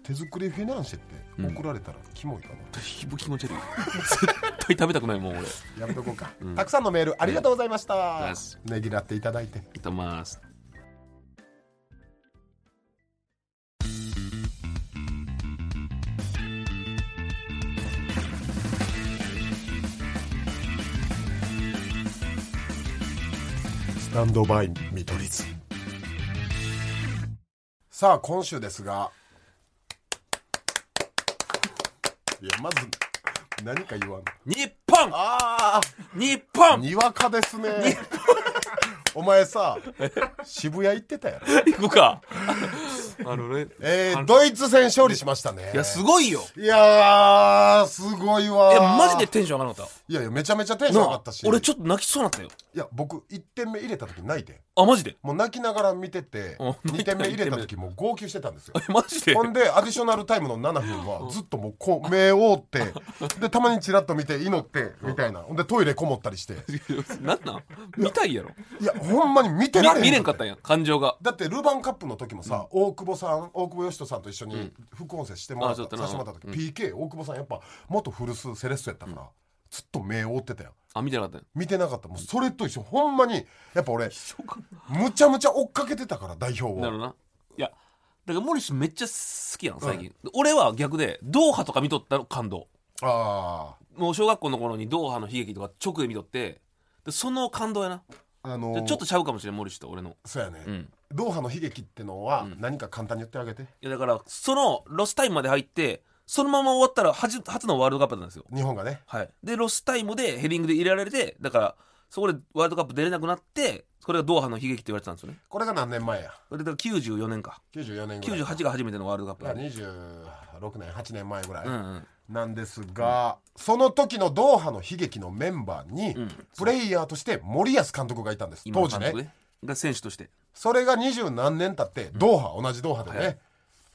[SPEAKER 1] 手作りフィナンシェって送られたらキモいかな。
[SPEAKER 2] 気持ち悪い [laughs] 絶対食べたくないもん俺い
[SPEAKER 1] やめとこうか、たくさんのメールありがとうございました
[SPEAKER 2] よし。
[SPEAKER 1] ねぎらっていただいて。
[SPEAKER 2] ただきます
[SPEAKER 1] スタンドバイ見取り図。さあ、今週ですが。いや、まず、何か言わん。
[SPEAKER 2] 日本
[SPEAKER 1] あ
[SPEAKER 2] 日
[SPEAKER 1] あ、
[SPEAKER 2] 本
[SPEAKER 1] にわかですね。お前さ、渋谷行ってたやろ。
[SPEAKER 2] 行くかあのね
[SPEAKER 1] えー、ドイツ戦勝利しましたね。
[SPEAKER 2] いやすごいよ
[SPEAKER 1] いやー、すごいわー。
[SPEAKER 2] いやマジでテンション上がらなかっ
[SPEAKER 1] いやいや、めちゃめちゃテンシ
[SPEAKER 2] た
[SPEAKER 1] ョン
[SPEAKER 2] な
[SPEAKER 1] 上が
[SPEAKER 2] あ
[SPEAKER 1] ったし。
[SPEAKER 2] 俺ちょっと泣きそうになったよ
[SPEAKER 1] いや、僕、1点目入れた時泣いて。
[SPEAKER 2] あマジで
[SPEAKER 1] もう泣きながら見てて、
[SPEAKER 2] お
[SPEAKER 1] 2点目入れた時もう号泣してたんです
[SPEAKER 2] [laughs]
[SPEAKER 1] よ。
[SPEAKER 2] マジで
[SPEAKER 1] ほんで、アディショナルタイムの7分は、
[SPEAKER 2] [laughs]
[SPEAKER 1] ずっともうこう、目を覆って、で、たまにチラッと見て、祈って、みたいな。ほんで、トイレこもったりして。
[SPEAKER 2] なんなん見たいやろ
[SPEAKER 1] いや、ほんまに見てられへん。
[SPEAKER 2] 見見れんかったんや感情が
[SPEAKER 1] だってルヴァンカップの時もさ、大久保さん大久保嘉人さんと一緒に副音声してもらった、
[SPEAKER 2] あそ
[SPEAKER 1] さ
[SPEAKER 2] うや
[SPEAKER 1] せ
[SPEAKER 2] ってた
[SPEAKER 1] も
[SPEAKER 2] な
[SPEAKER 1] らった時、PK 大久保さんやっぱ元古巣セレッソやったから、ずっと目を追ってたよ
[SPEAKER 2] あ見てなかったんや
[SPEAKER 1] 見てなかったもうそれと一緒ほんまにやっぱ俺むちゃむちゃ追っかけてたから代表
[SPEAKER 2] なる
[SPEAKER 1] を
[SPEAKER 2] ほどないやだからモリシめっちゃ好きやん最近、俺は逆でドーハとか見とったの感動
[SPEAKER 1] あ
[SPEAKER 2] もう小学校の頃にドーハの悲劇とか直で見とってでその感動やな
[SPEAKER 1] ああの
[SPEAKER 2] で
[SPEAKER 1] ー、
[SPEAKER 2] ちょっとちゃうかもしれんモリシと俺の
[SPEAKER 1] そうやね、
[SPEAKER 2] うん
[SPEAKER 1] ドーハの悲劇ってのは何か簡単に言ってあげて、
[SPEAKER 2] いやだからそのロスタイムまで入ってそのまま終わったら初初のワールドカップだったんですよ
[SPEAKER 1] 日本がね
[SPEAKER 2] はいでロスタイムでヘディングで入れられてだからそこでワールドカップ出れなくなってそれがドーハの悲劇って言われてたんですよね
[SPEAKER 1] これが何年前や
[SPEAKER 2] それだから94年か
[SPEAKER 1] 94年ぐらい
[SPEAKER 2] 98が初めてのワールドカップ
[SPEAKER 1] 26年8年前ぐらい、
[SPEAKER 2] うんうん
[SPEAKER 1] なんですが、その時のドーハの悲劇のメンバーに、プレイヤーとして森保監督がいたんです当時
[SPEAKER 2] 今の監
[SPEAKER 1] ね
[SPEAKER 2] 督が選手として
[SPEAKER 1] それが二十何年経ってドーハ、同じドーハでね、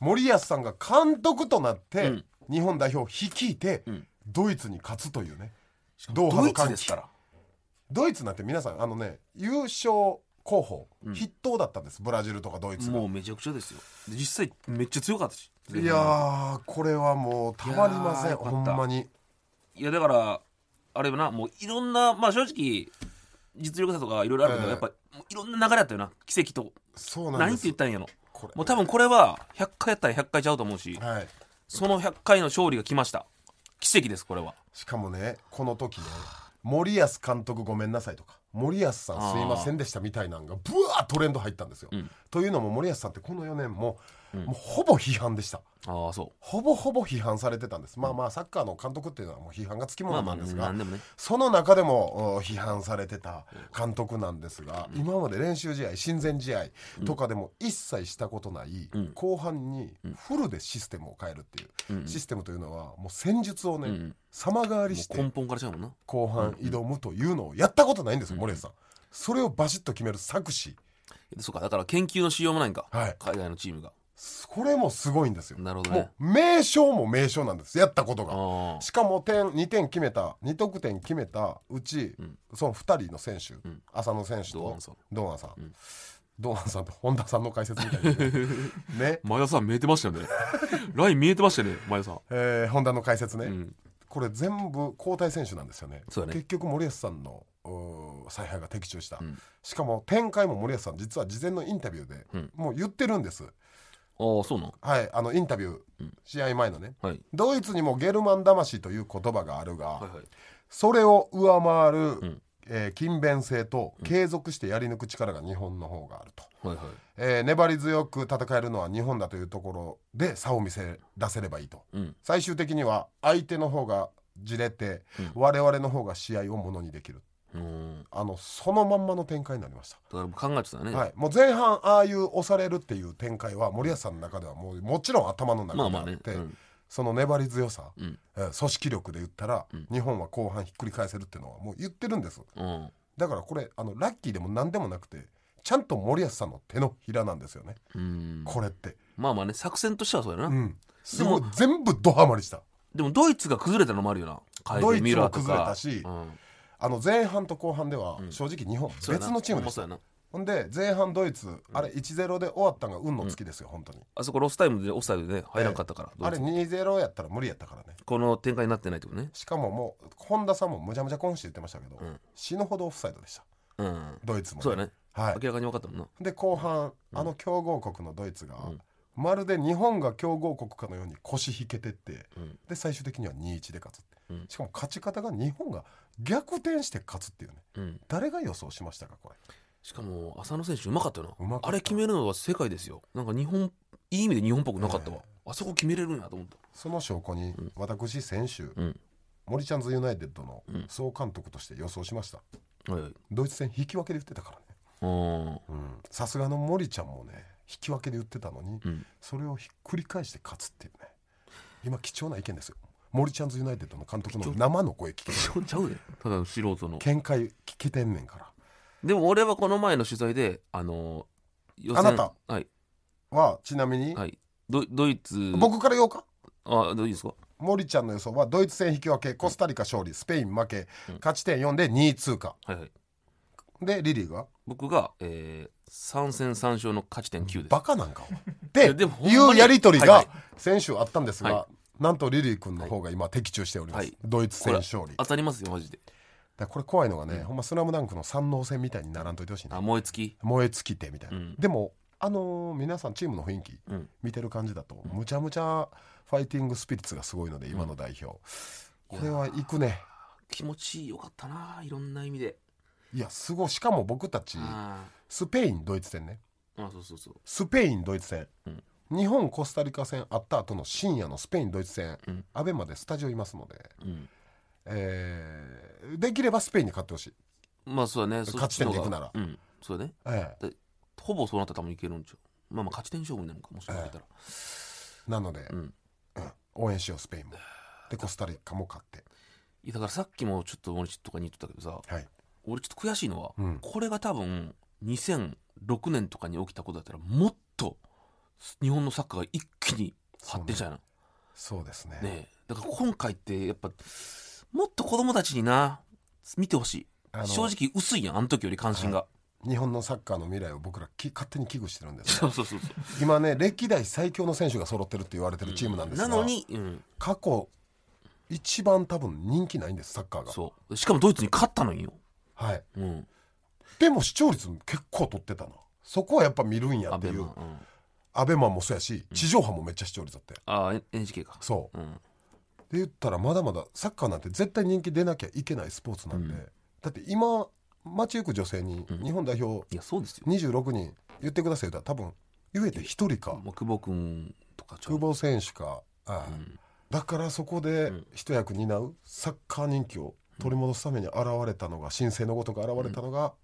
[SPEAKER 1] 森保さんが監督となって、
[SPEAKER 2] うん
[SPEAKER 1] 日本代表を率いて、
[SPEAKER 2] ん
[SPEAKER 1] ドイツに勝つというねドーハ
[SPEAKER 2] ド
[SPEAKER 1] の
[SPEAKER 2] イツ
[SPEAKER 1] 歓
[SPEAKER 2] です
[SPEAKER 1] 喜
[SPEAKER 2] から
[SPEAKER 1] ドイツなんて皆さんあのね優勝候補、筆頭だったんですブラジルとかドイツが
[SPEAKER 2] もうめちゃくちゃですよで実際めっちゃ強かったし
[SPEAKER 1] いやーこれはもうたまりませ
[SPEAKER 2] い
[SPEAKER 1] ん
[SPEAKER 2] やーよか
[SPEAKER 1] ほん
[SPEAKER 2] った
[SPEAKER 1] まに
[SPEAKER 2] いやだからあれよなもういろんなまあ正直実力差とかいろいろあるけど、
[SPEAKER 1] ええ
[SPEAKER 2] やっぱもういろんな流れだったよな奇跡と
[SPEAKER 1] そうなん
[SPEAKER 2] 何
[SPEAKER 1] で
[SPEAKER 2] て
[SPEAKER 1] す
[SPEAKER 2] 言ったんやろ
[SPEAKER 1] これ
[SPEAKER 2] もう多分これは100回やったら100回ちゃうと思うし
[SPEAKER 1] はい
[SPEAKER 2] その100回の勝利が来ました奇跡ですこれは
[SPEAKER 1] しかもねこの時ね森保監督ごめんなさいとか森保さんすいませんでしたみたいなんがブワートレンド入ったんですよ。というのも森保さんってこの4年も,、もうほぼ批判でした
[SPEAKER 2] ああそ
[SPEAKER 1] ほぼほぼ批判されてたんです、まあまあサッカーの監督っていうのはもう批判がつきものなんですが、
[SPEAKER 2] まあまあ何でもね
[SPEAKER 1] その中でもお批判されてた監督なんですが、今まで練習試合親善試合とかでも一切したことない、後半にフルでシステムを変えるっていう、システムというのはもう戦術をね、様変わ
[SPEAKER 2] う
[SPEAKER 1] り
[SPEAKER 2] も
[SPEAKER 1] し
[SPEAKER 2] う
[SPEAKER 1] て
[SPEAKER 2] 根本からちゃうもんな
[SPEAKER 1] 後半挑むというのをやったことないんですよ、森保さん。それをバシッと決める作詞
[SPEAKER 2] でそうかだから研究のしようもないんか、
[SPEAKER 1] はい
[SPEAKER 2] 海外のチームが
[SPEAKER 1] これもすごいんですよ
[SPEAKER 2] なるほどね
[SPEAKER 1] もう名称も名称なんですやったことが
[SPEAKER 2] あ
[SPEAKER 1] しかも点2点決めた2得点決めたうち、その2人の選手、浅野選手
[SPEAKER 2] 堂
[SPEAKER 1] と
[SPEAKER 2] 安さん
[SPEAKER 1] 堂安さん、堂安さんと本田さんの解説みたいな
[SPEAKER 2] [laughs]
[SPEAKER 1] ね、
[SPEAKER 2] 前田さん見えてましたよね [laughs] ライン見えてましたよね前田さん
[SPEAKER 1] えー本田の解説ね、
[SPEAKER 2] ん
[SPEAKER 1] これ全部交代選手なんですよね
[SPEAKER 2] そうだね
[SPEAKER 1] 結局森保さんのうー采配が的中した、しかも展開も森保さん実は事前のインタビューで、もう言ってるんです
[SPEAKER 2] ああそうなん
[SPEAKER 1] はいあのインタビュー、試合前のね、
[SPEAKER 2] はい
[SPEAKER 1] ドイツにもゲルマン魂という言葉があるが、
[SPEAKER 2] はいはい
[SPEAKER 1] それを上回る、えー勤勉性と継続してやり抜く力が日本の方があると、
[SPEAKER 2] はいはい
[SPEAKER 1] えー粘り強く戦えるのは日本だというところで差を見せ出せればいいと、
[SPEAKER 2] ん
[SPEAKER 1] 最終的には相手の方がじれて、我々の方が試合をものにできる
[SPEAKER 2] うんだ
[SPEAKER 1] あのそのまんまの展開になりました、
[SPEAKER 2] から考えてたね、
[SPEAKER 1] はい、もう前半ああいう押されるっていう展開は森保さんの中ではもうもちろん頭の中であって、
[SPEAKER 2] まあまあねうん
[SPEAKER 1] その粘り強さ、
[SPEAKER 2] ん
[SPEAKER 1] えー組織力で言ったら、日本は後半ひっくり返せるっていうのはもう言ってるんです
[SPEAKER 2] うん
[SPEAKER 1] だからこれあのラッキーでも何でもなくてちゃんと森保さんの手のひらなんですよね、
[SPEAKER 2] うん
[SPEAKER 1] これって、
[SPEAKER 2] まあまあね作戦としてはそうやな、
[SPEAKER 1] うん、すごい全部ドハマりした
[SPEAKER 2] でもドイツが崩れたのもあるよなカイゼ
[SPEAKER 1] ドイツも
[SPEAKER 2] ミュラーとか
[SPEAKER 1] 崩れたし
[SPEAKER 2] うん
[SPEAKER 1] あの前半と後半では正直日本
[SPEAKER 2] そうやな
[SPEAKER 1] 別のチーム
[SPEAKER 2] ほ
[SPEAKER 1] で
[SPEAKER 2] んま
[SPEAKER 1] した
[SPEAKER 2] そうやな
[SPEAKER 1] ほんで前半ドイツあれ1-0で終わったのが運の尽きですよ本当に
[SPEAKER 2] あそこロスタイムでオフサイドでね入らんかったから、
[SPEAKER 1] あれ
[SPEAKER 2] ドイツ
[SPEAKER 1] 2-0やったら無理やったからね
[SPEAKER 2] この展開になってないってことね
[SPEAKER 1] しかももう本田さんもむちゃむちゃ今週言ってましたけど死ぬほどオフサイドでした
[SPEAKER 2] うん
[SPEAKER 1] ドイツも
[SPEAKER 2] そうやね、
[SPEAKER 1] はい
[SPEAKER 2] 明らかに分かったもんな
[SPEAKER 1] で後半あの強豪国のドイツがまるで日本が強豪国かのように腰引けてってで最終的には2-1で勝つってしかも勝ち方が日本が逆転して勝つっていうね
[SPEAKER 2] うん
[SPEAKER 1] 誰が予想しましたかこれ
[SPEAKER 2] しかも浅野選手うまかったよ
[SPEAKER 1] うま
[SPEAKER 2] な
[SPEAKER 1] かった
[SPEAKER 2] あれ決めるのは世界ですよなんか日本いい意味で日本っぽくなかったわ、あそこ決めれるんやと思った
[SPEAKER 1] その証拠に私先週、
[SPEAKER 2] ん
[SPEAKER 1] 森チャンズユナイテッドの総監督として予想しました、
[SPEAKER 2] は
[SPEAKER 1] [laughs]
[SPEAKER 2] いはい
[SPEAKER 1] ドイツ戦引き分けで打ってたからね
[SPEAKER 2] うん
[SPEAKER 1] うんさすがの森ちゃんもね引き分けで打ってたのに、それをひっくり返して勝つっていうね今貴重な意見ですよ森チャンズユナイテッドの監督の生の声聞け
[SPEAKER 2] [laughs] ちょちゃうでただの素人の
[SPEAKER 1] 見解聞けてんねんから
[SPEAKER 2] でも俺はこの前の取材であの予
[SPEAKER 1] あなた
[SPEAKER 2] はい
[SPEAKER 1] はちなみに、
[SPEAKER 2] はいドドイツ
[SPEAKER 1] 僕から言おうか
[SPEAKER 2] あどういいですか
[SPEAKER 1] 森ちゃんの予想はドイツ戦引き分けコスタリカ勝利スペイン負け、勝ち点4で2位通過
[SPEAKER 2] はいはい
[SPEAKER 1] でリリーが
[SPEAKER 2] 僕が、えー、3戦3勝の勝ち点9です
[SPEAKER 1] バカなんか
[SPEAKER 2] い
[SPEAKER 1] で
[SPEAKER 2] や [laughs] でもほんまに
[SPEAKER 1] いうやり取り
[SPEAKER 2] はい
[SPEAKER 1] が
[SPEAKER 2] は
[SPEAKER 1] 先週あったんですが、
[SPEAKER 2] は
[SPEAKER 1] なんとリリー君の方が今的中しております、
[SPEAKER 2] はい
[SPEAKER 1] ドイツ
[SPEAKER 2] こ
[SPEAKER 1] 戦
[SPEAKER 2] れ
[SPEAKER 1] 勝利だ
[SPEAKER 2] 当たりますよマジで
[SPEAKER 1] からこれ怖いのがね、ほんま「スラムダンクの三能戦みたいにならんといてほしい
[SPEAKER 2] あ
[SPEAKER 1] な
[SPEAKER 2] 燃え尽き
[SPEAKER 1] 燃え尽きてみたいな、
[SPEAKER 2] うん
[SPEAKER 1] でもあのー皆さんチームの雰囲気
[SPEAKER 2] うん
[SPEAKER 1] 見てる感じだと、むちゃむちゃファイティングスピリッツがすごいので今の代表、これはいくね
[SPEAKER 2] 気持ちよかったないろんな意味で
[SPEAKER 1] いやすごいしかも僕たち
[SPEAKER 2] あ
[SPEAKER 1] スペインドイツ戦ね
[SPEAKER 2] ーあそうそうそう
[SPEAKER 1] スペインドイツ戦、
[SPEAKER 2] うん
[SPEAKER 1] 日本コスタリカ戦あった後の深夜のスペインドイツ戦、
[SPEAKER 2] うん
[SPEAKER 1] アベマでスタジオいますので、
[SPEAKER 2] うん
[SPEAKER 1] えーできればスペインに勝ってほしい、
[SPEAKER 2] まあそうだねそっ
[SPEAKER 1] 勝ち
[SPEAKER 2] ちの
[SPEAKER 1] 点で
[SPEAKER 2] 方が
[SPEAKER 1] いくなら
[SPEAKER 2] うんそうだね
[SPEAKER 1] ええ
[SPEAKER 2] ほぼそうなったら多分いけるんちゃうまあまあ勝ち点勝負になるのかもしれないたら、
[SPEAKER 1] なので、
[SPEAKER 2] ん
[SPEAKER 1] うん応援しようスペインもでコスタリカも勝って
[SPEAKER 2] いやだからさっきもちょっと森チとかに言ってたけどさ
[SPEAKER 1] はい
[SPEAKER 2] 俺ちょっと悔しいのは、
[SPEAKER 1] うん
[SPEAKER 2] これが多分2006年とかに起きたことだったらもっと日本のサッカーが一気に発展したやな
[SPEAKER 1] そうですね
[SPEAKER 2] ねえだから今回ってやっぱもっと子供たちにな見てほしい
[SPEAKER 1] あの
[SPEAKER 2] 正直薄いやんあの時より関心が、
[SPEAKER 1] 日本のサッカーの未来を僕らき勝手に危惧してるんです
[SPEAKER 2] [laughs] そうそうそうそ
[SPEAKER 1] 今ね歴代最強の選手が揃ってるって言われてるチームなんで
[SPEAKER 2] う
[SPEAKER 1] すが、
[SPEAKER 2] なのに、うん、
[SPEAKER 1] 過去一番多分人気ないんですサッカーが
[SPEAKER 2] そうしかもドイツに勝ったのによ、
[SPEAKER 1] はい
[SPEAKER 2] うん、
[SPEAKER 1] でも視聴率も結構取ってたなそこはやっぱ見るんや
[SPEAKER 2] ア
[SPEAKER 1] ってい
[SPEAKER 2] ベマ、う、
[SPEAKER 1] うんアベマもそうやし地上波もめっちゃ視聴率だって
[SPEAKER 2] あー NHK か、
[SPEAKER 1] そう
[SPEAKER 2] ん、
[SPEAKER 1] うで言ったらまだまだサッカーなんて絶対人気出なきゃいけないスポーツなんで、だって今街行く女性に日本代表
[SPEAKER 2] いやそうですよ
[SPEAKER 1] 26人言ってください言ったら多分言えて1人か
[SPEAKER 2] まあ久保君とかちょ
[SPEAKER 1] 久保選手か、ああだからそこで一役担うサッカー人気を取り戻すために現れたのが新生のごとく現れたのが、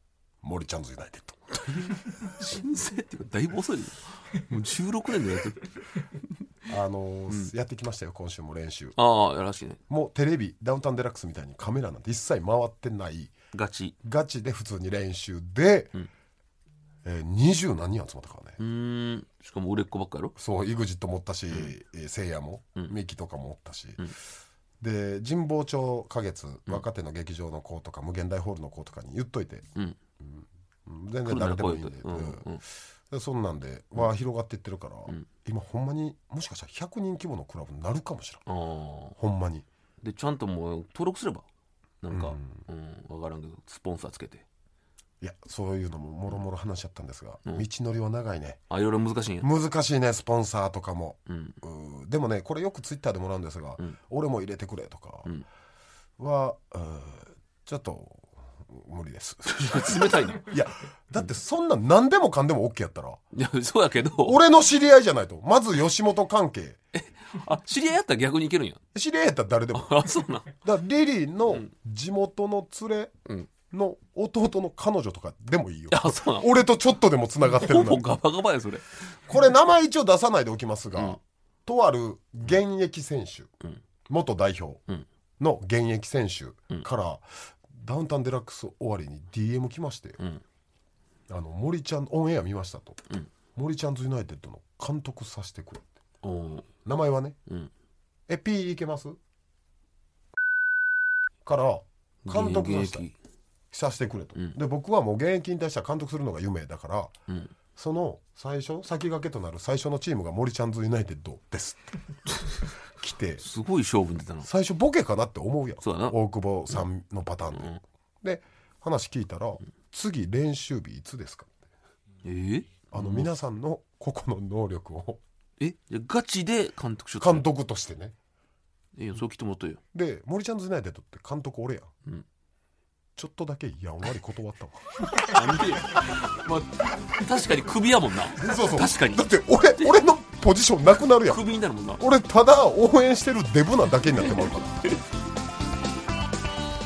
[SPEAKER 1] 森ちゃんズユナイテッド
[SPEAKER 2] 申請っていうかだいぶ遅いよもう16年でやってる
[SPEAKER 1] あのーやってきましたよ今週も練習
[SPEAKER 2] [laughs] ああやらしいね
[SPEAKER 1] もうテレビダウンタウンデラックスみたいにカメラなんて一切回ってない
[SPEAKER 2] ガチ
[SPEAKER 1] ガチで普通に練習で、えー20何人集まったからね、
[SPEAKER 2] うーんしかも売れっ子ばっかやろ
[SPEAKER 1] そう EXIT もおったし、えーせいやも、ミキとかもおったし、で神保町花月若手の劇場の子とか、無限大ホールの子とかに言っといて、
[SPEAKER 2] ん
[SPEAKER 1] うん全然誰でもいいんで、
[SPEAKER 2] 来るなら来いよと
[SPEAKER 1] うんでそんなんで、わあ広がってってるから、今ほんまにもしかしたら100人規模のクラブになるかもしれん
[SPEAKER 2] ああ
[SPEAKER 1] ほんまに。
[SPEAKER 2] でちゃんともう登録すればなんかうん、分からんけどスポンサーつけて
[SPEAKER 1] いやそういうのももろもろ話しちゃったんですが、道のりは長いね
[SPEAKER 2] あいろいろ難しいんや [laughs]
[SPEAKER 1] 難しいねスポンサーとかも、
[SPEAKER 2] うん
[SPEAKER 1] うーでもねこれよくツイッターでもらうんですが、俺も入れてくれとかは、うーちょっと無理です [laughs]
[SPEAKER 2] 冷たいない
[SPEAKER 1] いやだってそんな何でもかんでも OK やったら
[SPEAKER 2] やそうやけど
[SPEAKER 1] 俺の知り合いじゃないとまず吉本関係
[SPEAKER 2] あ知り合いやったら逆にいけるんや [laughs]
[SPEAKER 1] 知り合いやったら誰でも
[SPEAKER 2] あそうな
[SPEAKER 1] だ
[SPEAKER 2] ん
[SPEAKER 1] からリリーの地元の連れの弟の彼女とかでもいいよ、
[SPEAKER 2] あそうなん
[SPEAKER 1] 俺とちょっとでもつながってる
[SPEAKER 2] ほ
[SPEAKER 1] の
[SPEAKER 2] ぼ
[SPEAKER 1] に
[SPEAKER 2] ガバガバやそれ
[SPEAKER 1] これ名前一応出さないでおきますが、とある現役選手、
[SPEAKER 2] うん
[SPEAKER 1] 元代表
[SPEAKER 2] うん
[SPEAKER 1] の現役選手
[SPEAKER 2] うん
[SPEAKER 1] から、ダウンタウンデラックス終わりに DM 来まして、
[SPEAKER 2] うん
[SPEAKER 1] あの森ちゃんオンエア見ましたと、
[SPEAKER 2] うん
[SPEAKER 1] 森ちゃんズユナイテッドの監督させてくれって
[SPEAKER 2] おー
[SPEAKER 1] 名前はね
[SPEAKER 2] うん
[SPEAKER 1] え P いけますから監督がした
[SPEAKER 2] 現役
[SPEAKER 1] させてくれと、
[SPEAKER 2] うん
[SPEAKER 1] で僕はもう現役に対しては監督するのが夢だから
[SPEAKER 2] うん
[SPEAKER 1] その最初先駆けとなる最初のチームが森ちゃんズユナイテッドです
[SPEAKER 2] [laughs]
[SPEAKER 1] って来て
[SPEAKER 2] すごい勝負に出たな
[SPEAKER 1] 最初ボケかなって思うやん
[SPEAKER 2] そうだな
[SPEAKER 1] 大久保さんのパターンで、で話聞いたら「次練習日いつですか?」って
[SPEAKER 2] えー
[SPEAKER 1] あの皆さんの個々の能力を
[SPEAKER 2] えじゃあガチで監督しようと
[SPEAKER 1] 監督としてね
[SPEAKER 2] ええよそう来てもらったよ
[SPEAKER 1] で森ちゃんズユナイテッドって監督俺やん、
[SPEAKER 2] うん
[SPEAKER 1] ちょっとだけやんわり断ったわ
[SPEAKER 2] なんでやまあ、確かに首やもんな
[SPEAKER 1] そうそう
[SPEAKER 2] 確かに
[SPEAKER 1] だって俺俺のポジションなくなるやん
[SPEAKER 2] 首になるもんな
[SPEAKER 1] 俺ただ応援してるデブなだけになってもらうから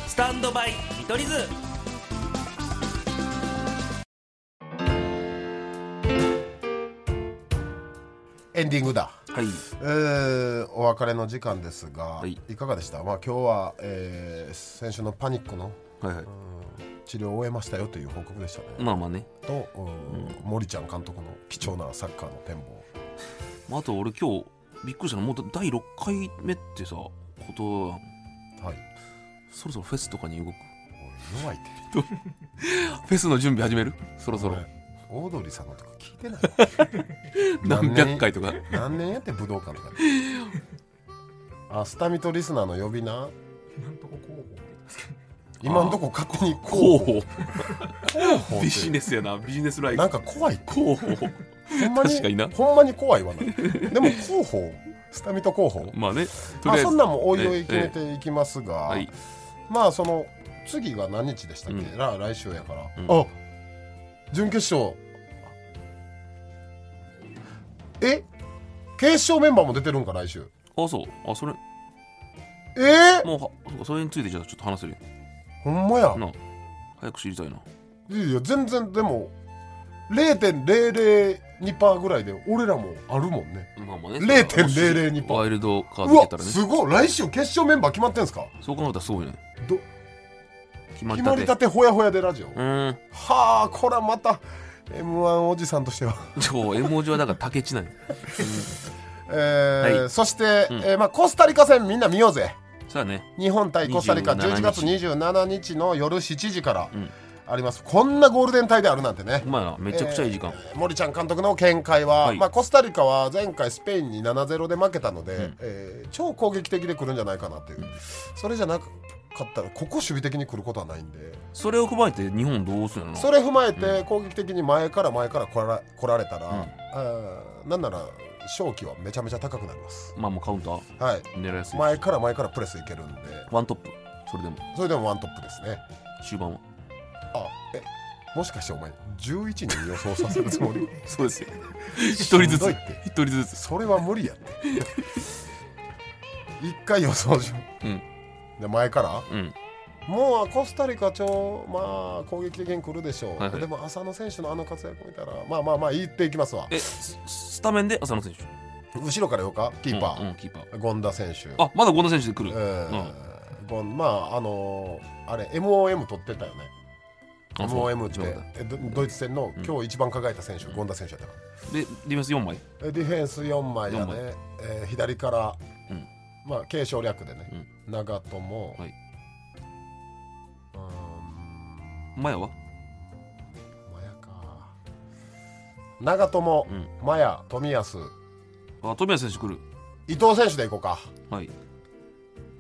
[SPEAKER 3] スタンドバイ見取り図
[SPEAKER 1] エンディングだ
[SPEAKER 2] はい
[SPEAKER 1] えーお別れの時間ですが、
[SPEAKER 2] い
[SPEAKER 1] い、かがでした、まあ、今日は、えー先週のパニックの
[SPEAKER 2] はいは
[SPEAKER 1] 治療を終えましたよという報告でしたね
[SPEAKER 2] い、まあまあね、
[SPEAKER 1] と、うん森ちゃん監督の貴重なサッカーの展望
[SPEAKER 2] まあ、あと俺今日びっくりしたのもう第6回目ってさことは
[SPEAKER 1] はい
[SPEAKER 2] そろそろフェスとかに動く
[SPEAKER 1] おい弱いて
[SPEAKER 2] フェスの準備始めるそろそろ
[SPEAKER 1] 俺オードリーさんのとか聞いてない
[SPEAKER 2] [laughs] 何百回とか
[SPEAKER 1] 何年やって武道館とかあスタミトリスナーの呼び名今んとこ候補今んとこ
[SPEAKER 2] 候
[SPEAKER 1] 勝手に
[SPEAKER 2] 補
[SPEAKER 1] 候補
[SPEAKER 2] ビジ
[SPEAKER 1] っ
[SPEAKER 2] ネスやなビジネスラ
[SPEAKER 1] て
[SPEAKER 2] イ
[SPEAKER 1] な
[SPEAKER 2] フ
[SPEAKER 1] んか怖
[SPEAKER 2] [laughs]
[SPEAKER 1] い
[SPEAKER 2] 候
[SPEAKER 1] ほ
[SPEAKER 2] 補
[SPEAKER 1] んまに
[SPEAKER 2] 確かにな
[SPEAKER 1] ほんまに怖いわなでも候補スタミト候補
[SPEAKER 2] まあねと
[SPEAKER 1] ま
[SPEAKER 2] りあ
[SPEAKER 1] あ
[SPEAKER 2] えず
[SPEAKER 1] そんなんもおいおい決めていきますが、
[SPEAKER 2] はい
[SPEAKER 1] まあその次が何日でしたっけ、ら来週やから、
[SPEAKER 2] ん
[SPEAKER 1] あ準決勝え決勝メンバーも出てるんか来週
[SPEAKER 2] あそうあそれ
[SPEAKER 1] えー、
[SPEAKER 2] もうはそうかそれについてじゃあちょっと話せるよ
[SPEAKER 1] ほんまや
[SPEAKER 2] なあ早く知りたいない
[SPEAKER 1] や全然でも0.002%ぐらいで俺らもあるもんね
[SPEAKER 2] まあまあね
[SPEAKER 1] 0.002%
[SPEAKER 2] ワイルドカード
[SPEAKER 1] う
[SPEAKER 2] い
[SPEAKER 1] わ
[SPEAKER 2] けたらね
[SPEAKER 1] すごい来週決勝メンバー決まってんすか
[SPEAKER 2] そう考えたらすごいね
[SPEAKER 1] ど
[SPEAKER 2] 決まり
[SPEAKER 1] 決
[SPEAKER 2] た
[SPEAKER 1] ま
[SPEAKER 2] て
[SPEAKER 1] りたてほやほやでラジオ、
[SPEAKER 2] うーん
[SPEAKER 1] はあこれはまた m 1おじさんとしては
[SPEAKER 2] ちょ絵文字はだから竹内なんや
[SPEAKER 1] えー
[SPEAKER 2] はい
[SPEAKER 1] そして、
[SPEAKER 2] うん
[SPEAKER 1] えーまあ、コスタリカ戦みんな見ようぜ
[SPEAKER 2] そうだね
[SPEAKER 1] 日本対コスタリカ
[SPEAKER 2] 27
[SPEAKER 1] 11月27日の夜7時から
[SPEAKER 2] うん
[SPEAKER 1] あります、こんなゴールデン帯であるなんてね
[SPEAKER 2] うまいなめちゃくちゃいい時間、
[SPEAKER 1] えー森ちゃん監督の見解は、
[SPEAKER 2] はい
[SPEAKER 1] まあ、コスタリカは前回スペインに7-0で負けたので、えー超攻撃的で来るんじゃないかなっていう、それじゃなかったらここ守備的に来ることはないんで
[SPEAKER 2] それを踏まえて日本どうするの
[SPEAKER 1] それ踏まえて攻撃的に前から前から来ら来られたら、あーなんなら勝機はめちゃめちゃ高くなります。
[SPEAKER 2] まあもうカウンター
[SPEAKER 1] はい
[SPEAKER 2] 狙いやすいし
[SPEAKER 1] 前から前からプレスいけるんで
[SPEAKER 2] ワントップそれでも
[SPEAKER 1] それでもワントップですね
[SPEAKER 2] 終盤は
[SPEAKER 1] あえもしかしてお前11人予想させるつも
[SPEAKER 2] [laughs]
[SPEAKER 1] り
[SPEAKER 2] そうですよ一
[SPEAKER 1] し
[SPEAKER 2] 人ず
[SPEAKER 1] んど
[SPEAKER 2] つ
[SPEAKER 1] いって
[SPEAKER 2] 一人ずつ
[SPEAKER 1] それは無理やって [laughs] 一回予想しよう、
[SPEAKER 2] うん
[SPEAKER 1] で前から
[SPEAKER 2] うん
[SPEAKER 1] もうコスタリカ超、まあ、攻撃的に来るでしょう、
[SPEAKER 2] はいはい
[SPEAKER 1] でも浅野選手のあの活躍見たらまあまあまあ言っていきますわ
[SPEAKER 2] えススタメンで浅野選手
[SPEAKER 1] 後ろからよかキーパ
[SPEAKER 2] うんう
[SPEAKER 1] ー
[SPEAKER 2] ん、キーパー
[SPEAKER 1] 権田選手
[SPEAKER 2] あまだ権田選手で来
[SPEAKER 1] え
[SPEAKER 2] る、
[SPEAKER 1] ーゴンまああのーあれ MOM 取ってたよね
[SPEAKER 2] あそう
[SPEAKER 1] MOM って
[SPEAKER 2] そうだ
[SPEAKER 1] えドドイツ戦の今日一番輝いた選手、権田選手やったか
[SPEAKER 2] でディフェンス4枚
[SPEAKER 1] らえディフェンス4枚や
[SPEAKER 2] 四枚
[SPEAKER 1] ね、えー左から、
[SPEAKER 2] うん
[SPEAKER 1] まあ継承略でね、長友、
[SPEAKER 2] はいう
[SPEAKER 1] ーん
[SPEAKER 2] 前は
[SPEAKER 1] マヤか長友、
[SPEAKER 2] うん
[SPEAKER 1] マヤ冨安
[SPEAKER 2] あ富安選手来る、
[SPEAKER 1] 伊藤選手でいこうか
[SPEAKER 2] はい、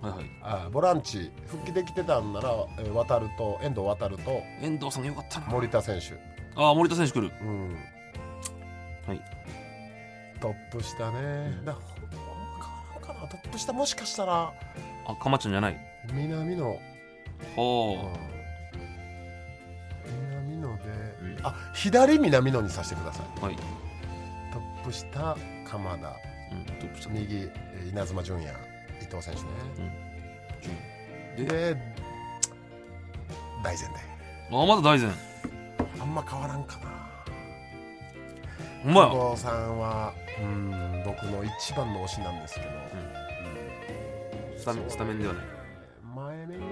[SPEAKER 2] はいはい
[SPEAKER 1] あーボランチ復帰できてたんなら、えー渡ると遠藤渡ると
[SPEAKER 2] 遠藤さんよかったな
[SPEAKER 1] 森田選手
[SPEAKER 2] あ森田選手来る
[SPEAKER 1] うん
[SPEAKER 2] はい
[SPEAKER 1] トップ下ね、だほんま変わらんかなトップ下もしかしたら
[SPEAKER 2] あかまちゃんじゃない
[SPEAKER 1] 南野、
[SPEAKER 2] ほう
[SPEAKER 1] 南野で、
[SPEAKER 2] うん
[SPEAKER 1] あ左南野にさせてください
[SPEAKER 2] はい、
[SPEAKER 1] トップ下鎌田
[SPEAKER 2] うん、トップ下
[SPEAKER 1] 右えー稲妻純也伊藤選手ねで大前で
[SPEAKER 2] あまだ大前
[SPEAKER 1] あんま変わらんかな
[SPEAKER 2] ほんまや
[SPEAKER 1] 久保さんはうん僕の一番の推しなんですけど、
[SPEAKER 2] スタメンスタメンではない
[SPEAKER 1] 前目に行くなら、うん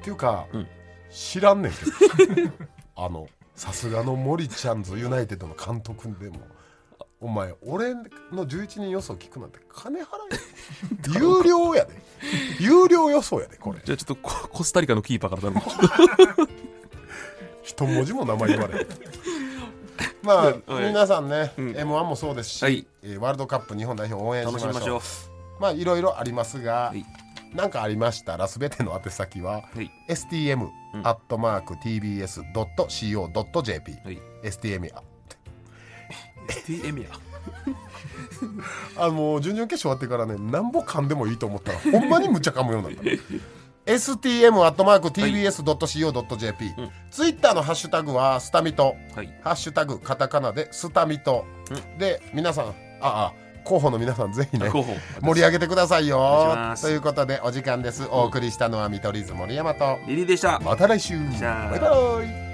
[SPEAKER 1] っていうか、
[SPEAKER 2] うん
[SPEAKER 1] 知らんねんけど [laughs] あのさすがの森ちゃんズユナイテッドの監督でもお前俺の11人予想聞くなんて金払
[SPEAKER 2] [laughs]
[SPEAKER 1] え有料やで有料予想やでこれ
[SPEAKER 2] じゃあちょっと [laughs] ココスタリカのキーパーから頼む
[SPEAKER 1] 一文字も名前言われへんまあ、
[SPEAKER 2] はい
[SPEAKER 1] 皆さんね、
[SPEAKER 2] うん
[SPEAKER 1] m 1もそうですし、
[SPEAKER 2] はい
[SPEAKER 1] えーワールドカップ日本代表応援し
[SPEAKER 2] 楽
[SPEAKER 1] まし
[SPEAKER 2] し
[SPEAKER 1] ょ
[SPEAKER 2] み
[SPEAKER 1] う
[SPEAKER 2] ましょう
[SPEAKER 1] まあいろいろありますが、
[SPEAKER 2] はい
[SPEAKER 1] なんかありましたら全ての宛先は、
[SPEAKER 2] はい
[SPEAKER 1] stm
[SPEAKER 2] うん
[SPEAKER 1] アットマーク tbs.co.jp、
[SPEAKER 2] はい
[SPEAKER 1] stm あ
[SPEAKER 2] TM や
[SPEAKER 1] あもう準々決勝終わってからねなんぼ噛んでもいいと思った
[SPEAKER 2] [laughs]
[SPEAKER 1] らほんまにむちゃ噛むようになった stm アットマーク tbs.co.jp、
[SPEAKER 2] うん
[SPEAKER 1] ツイッターのハッシュタグはスタミト
[SPEAKER 2] はい
[SPEAKER 1] ハッシュタグカタカナでスタミト、で皆さんああ候補の皆さんぜひね
[SPEAKER 2] 候補
[SPEAKER 1] 盛り上げてくださいよ
[SPEAKER 2] 願いします
[SPEAKER 1] ということでお時間ですお送りしたのは見取り図森山と
[SPEAKER 2] リリーでした
[SPEAKER 1] また来週
[SPEAKER 2] じゃあ
[SPEAKER 1] バイバイ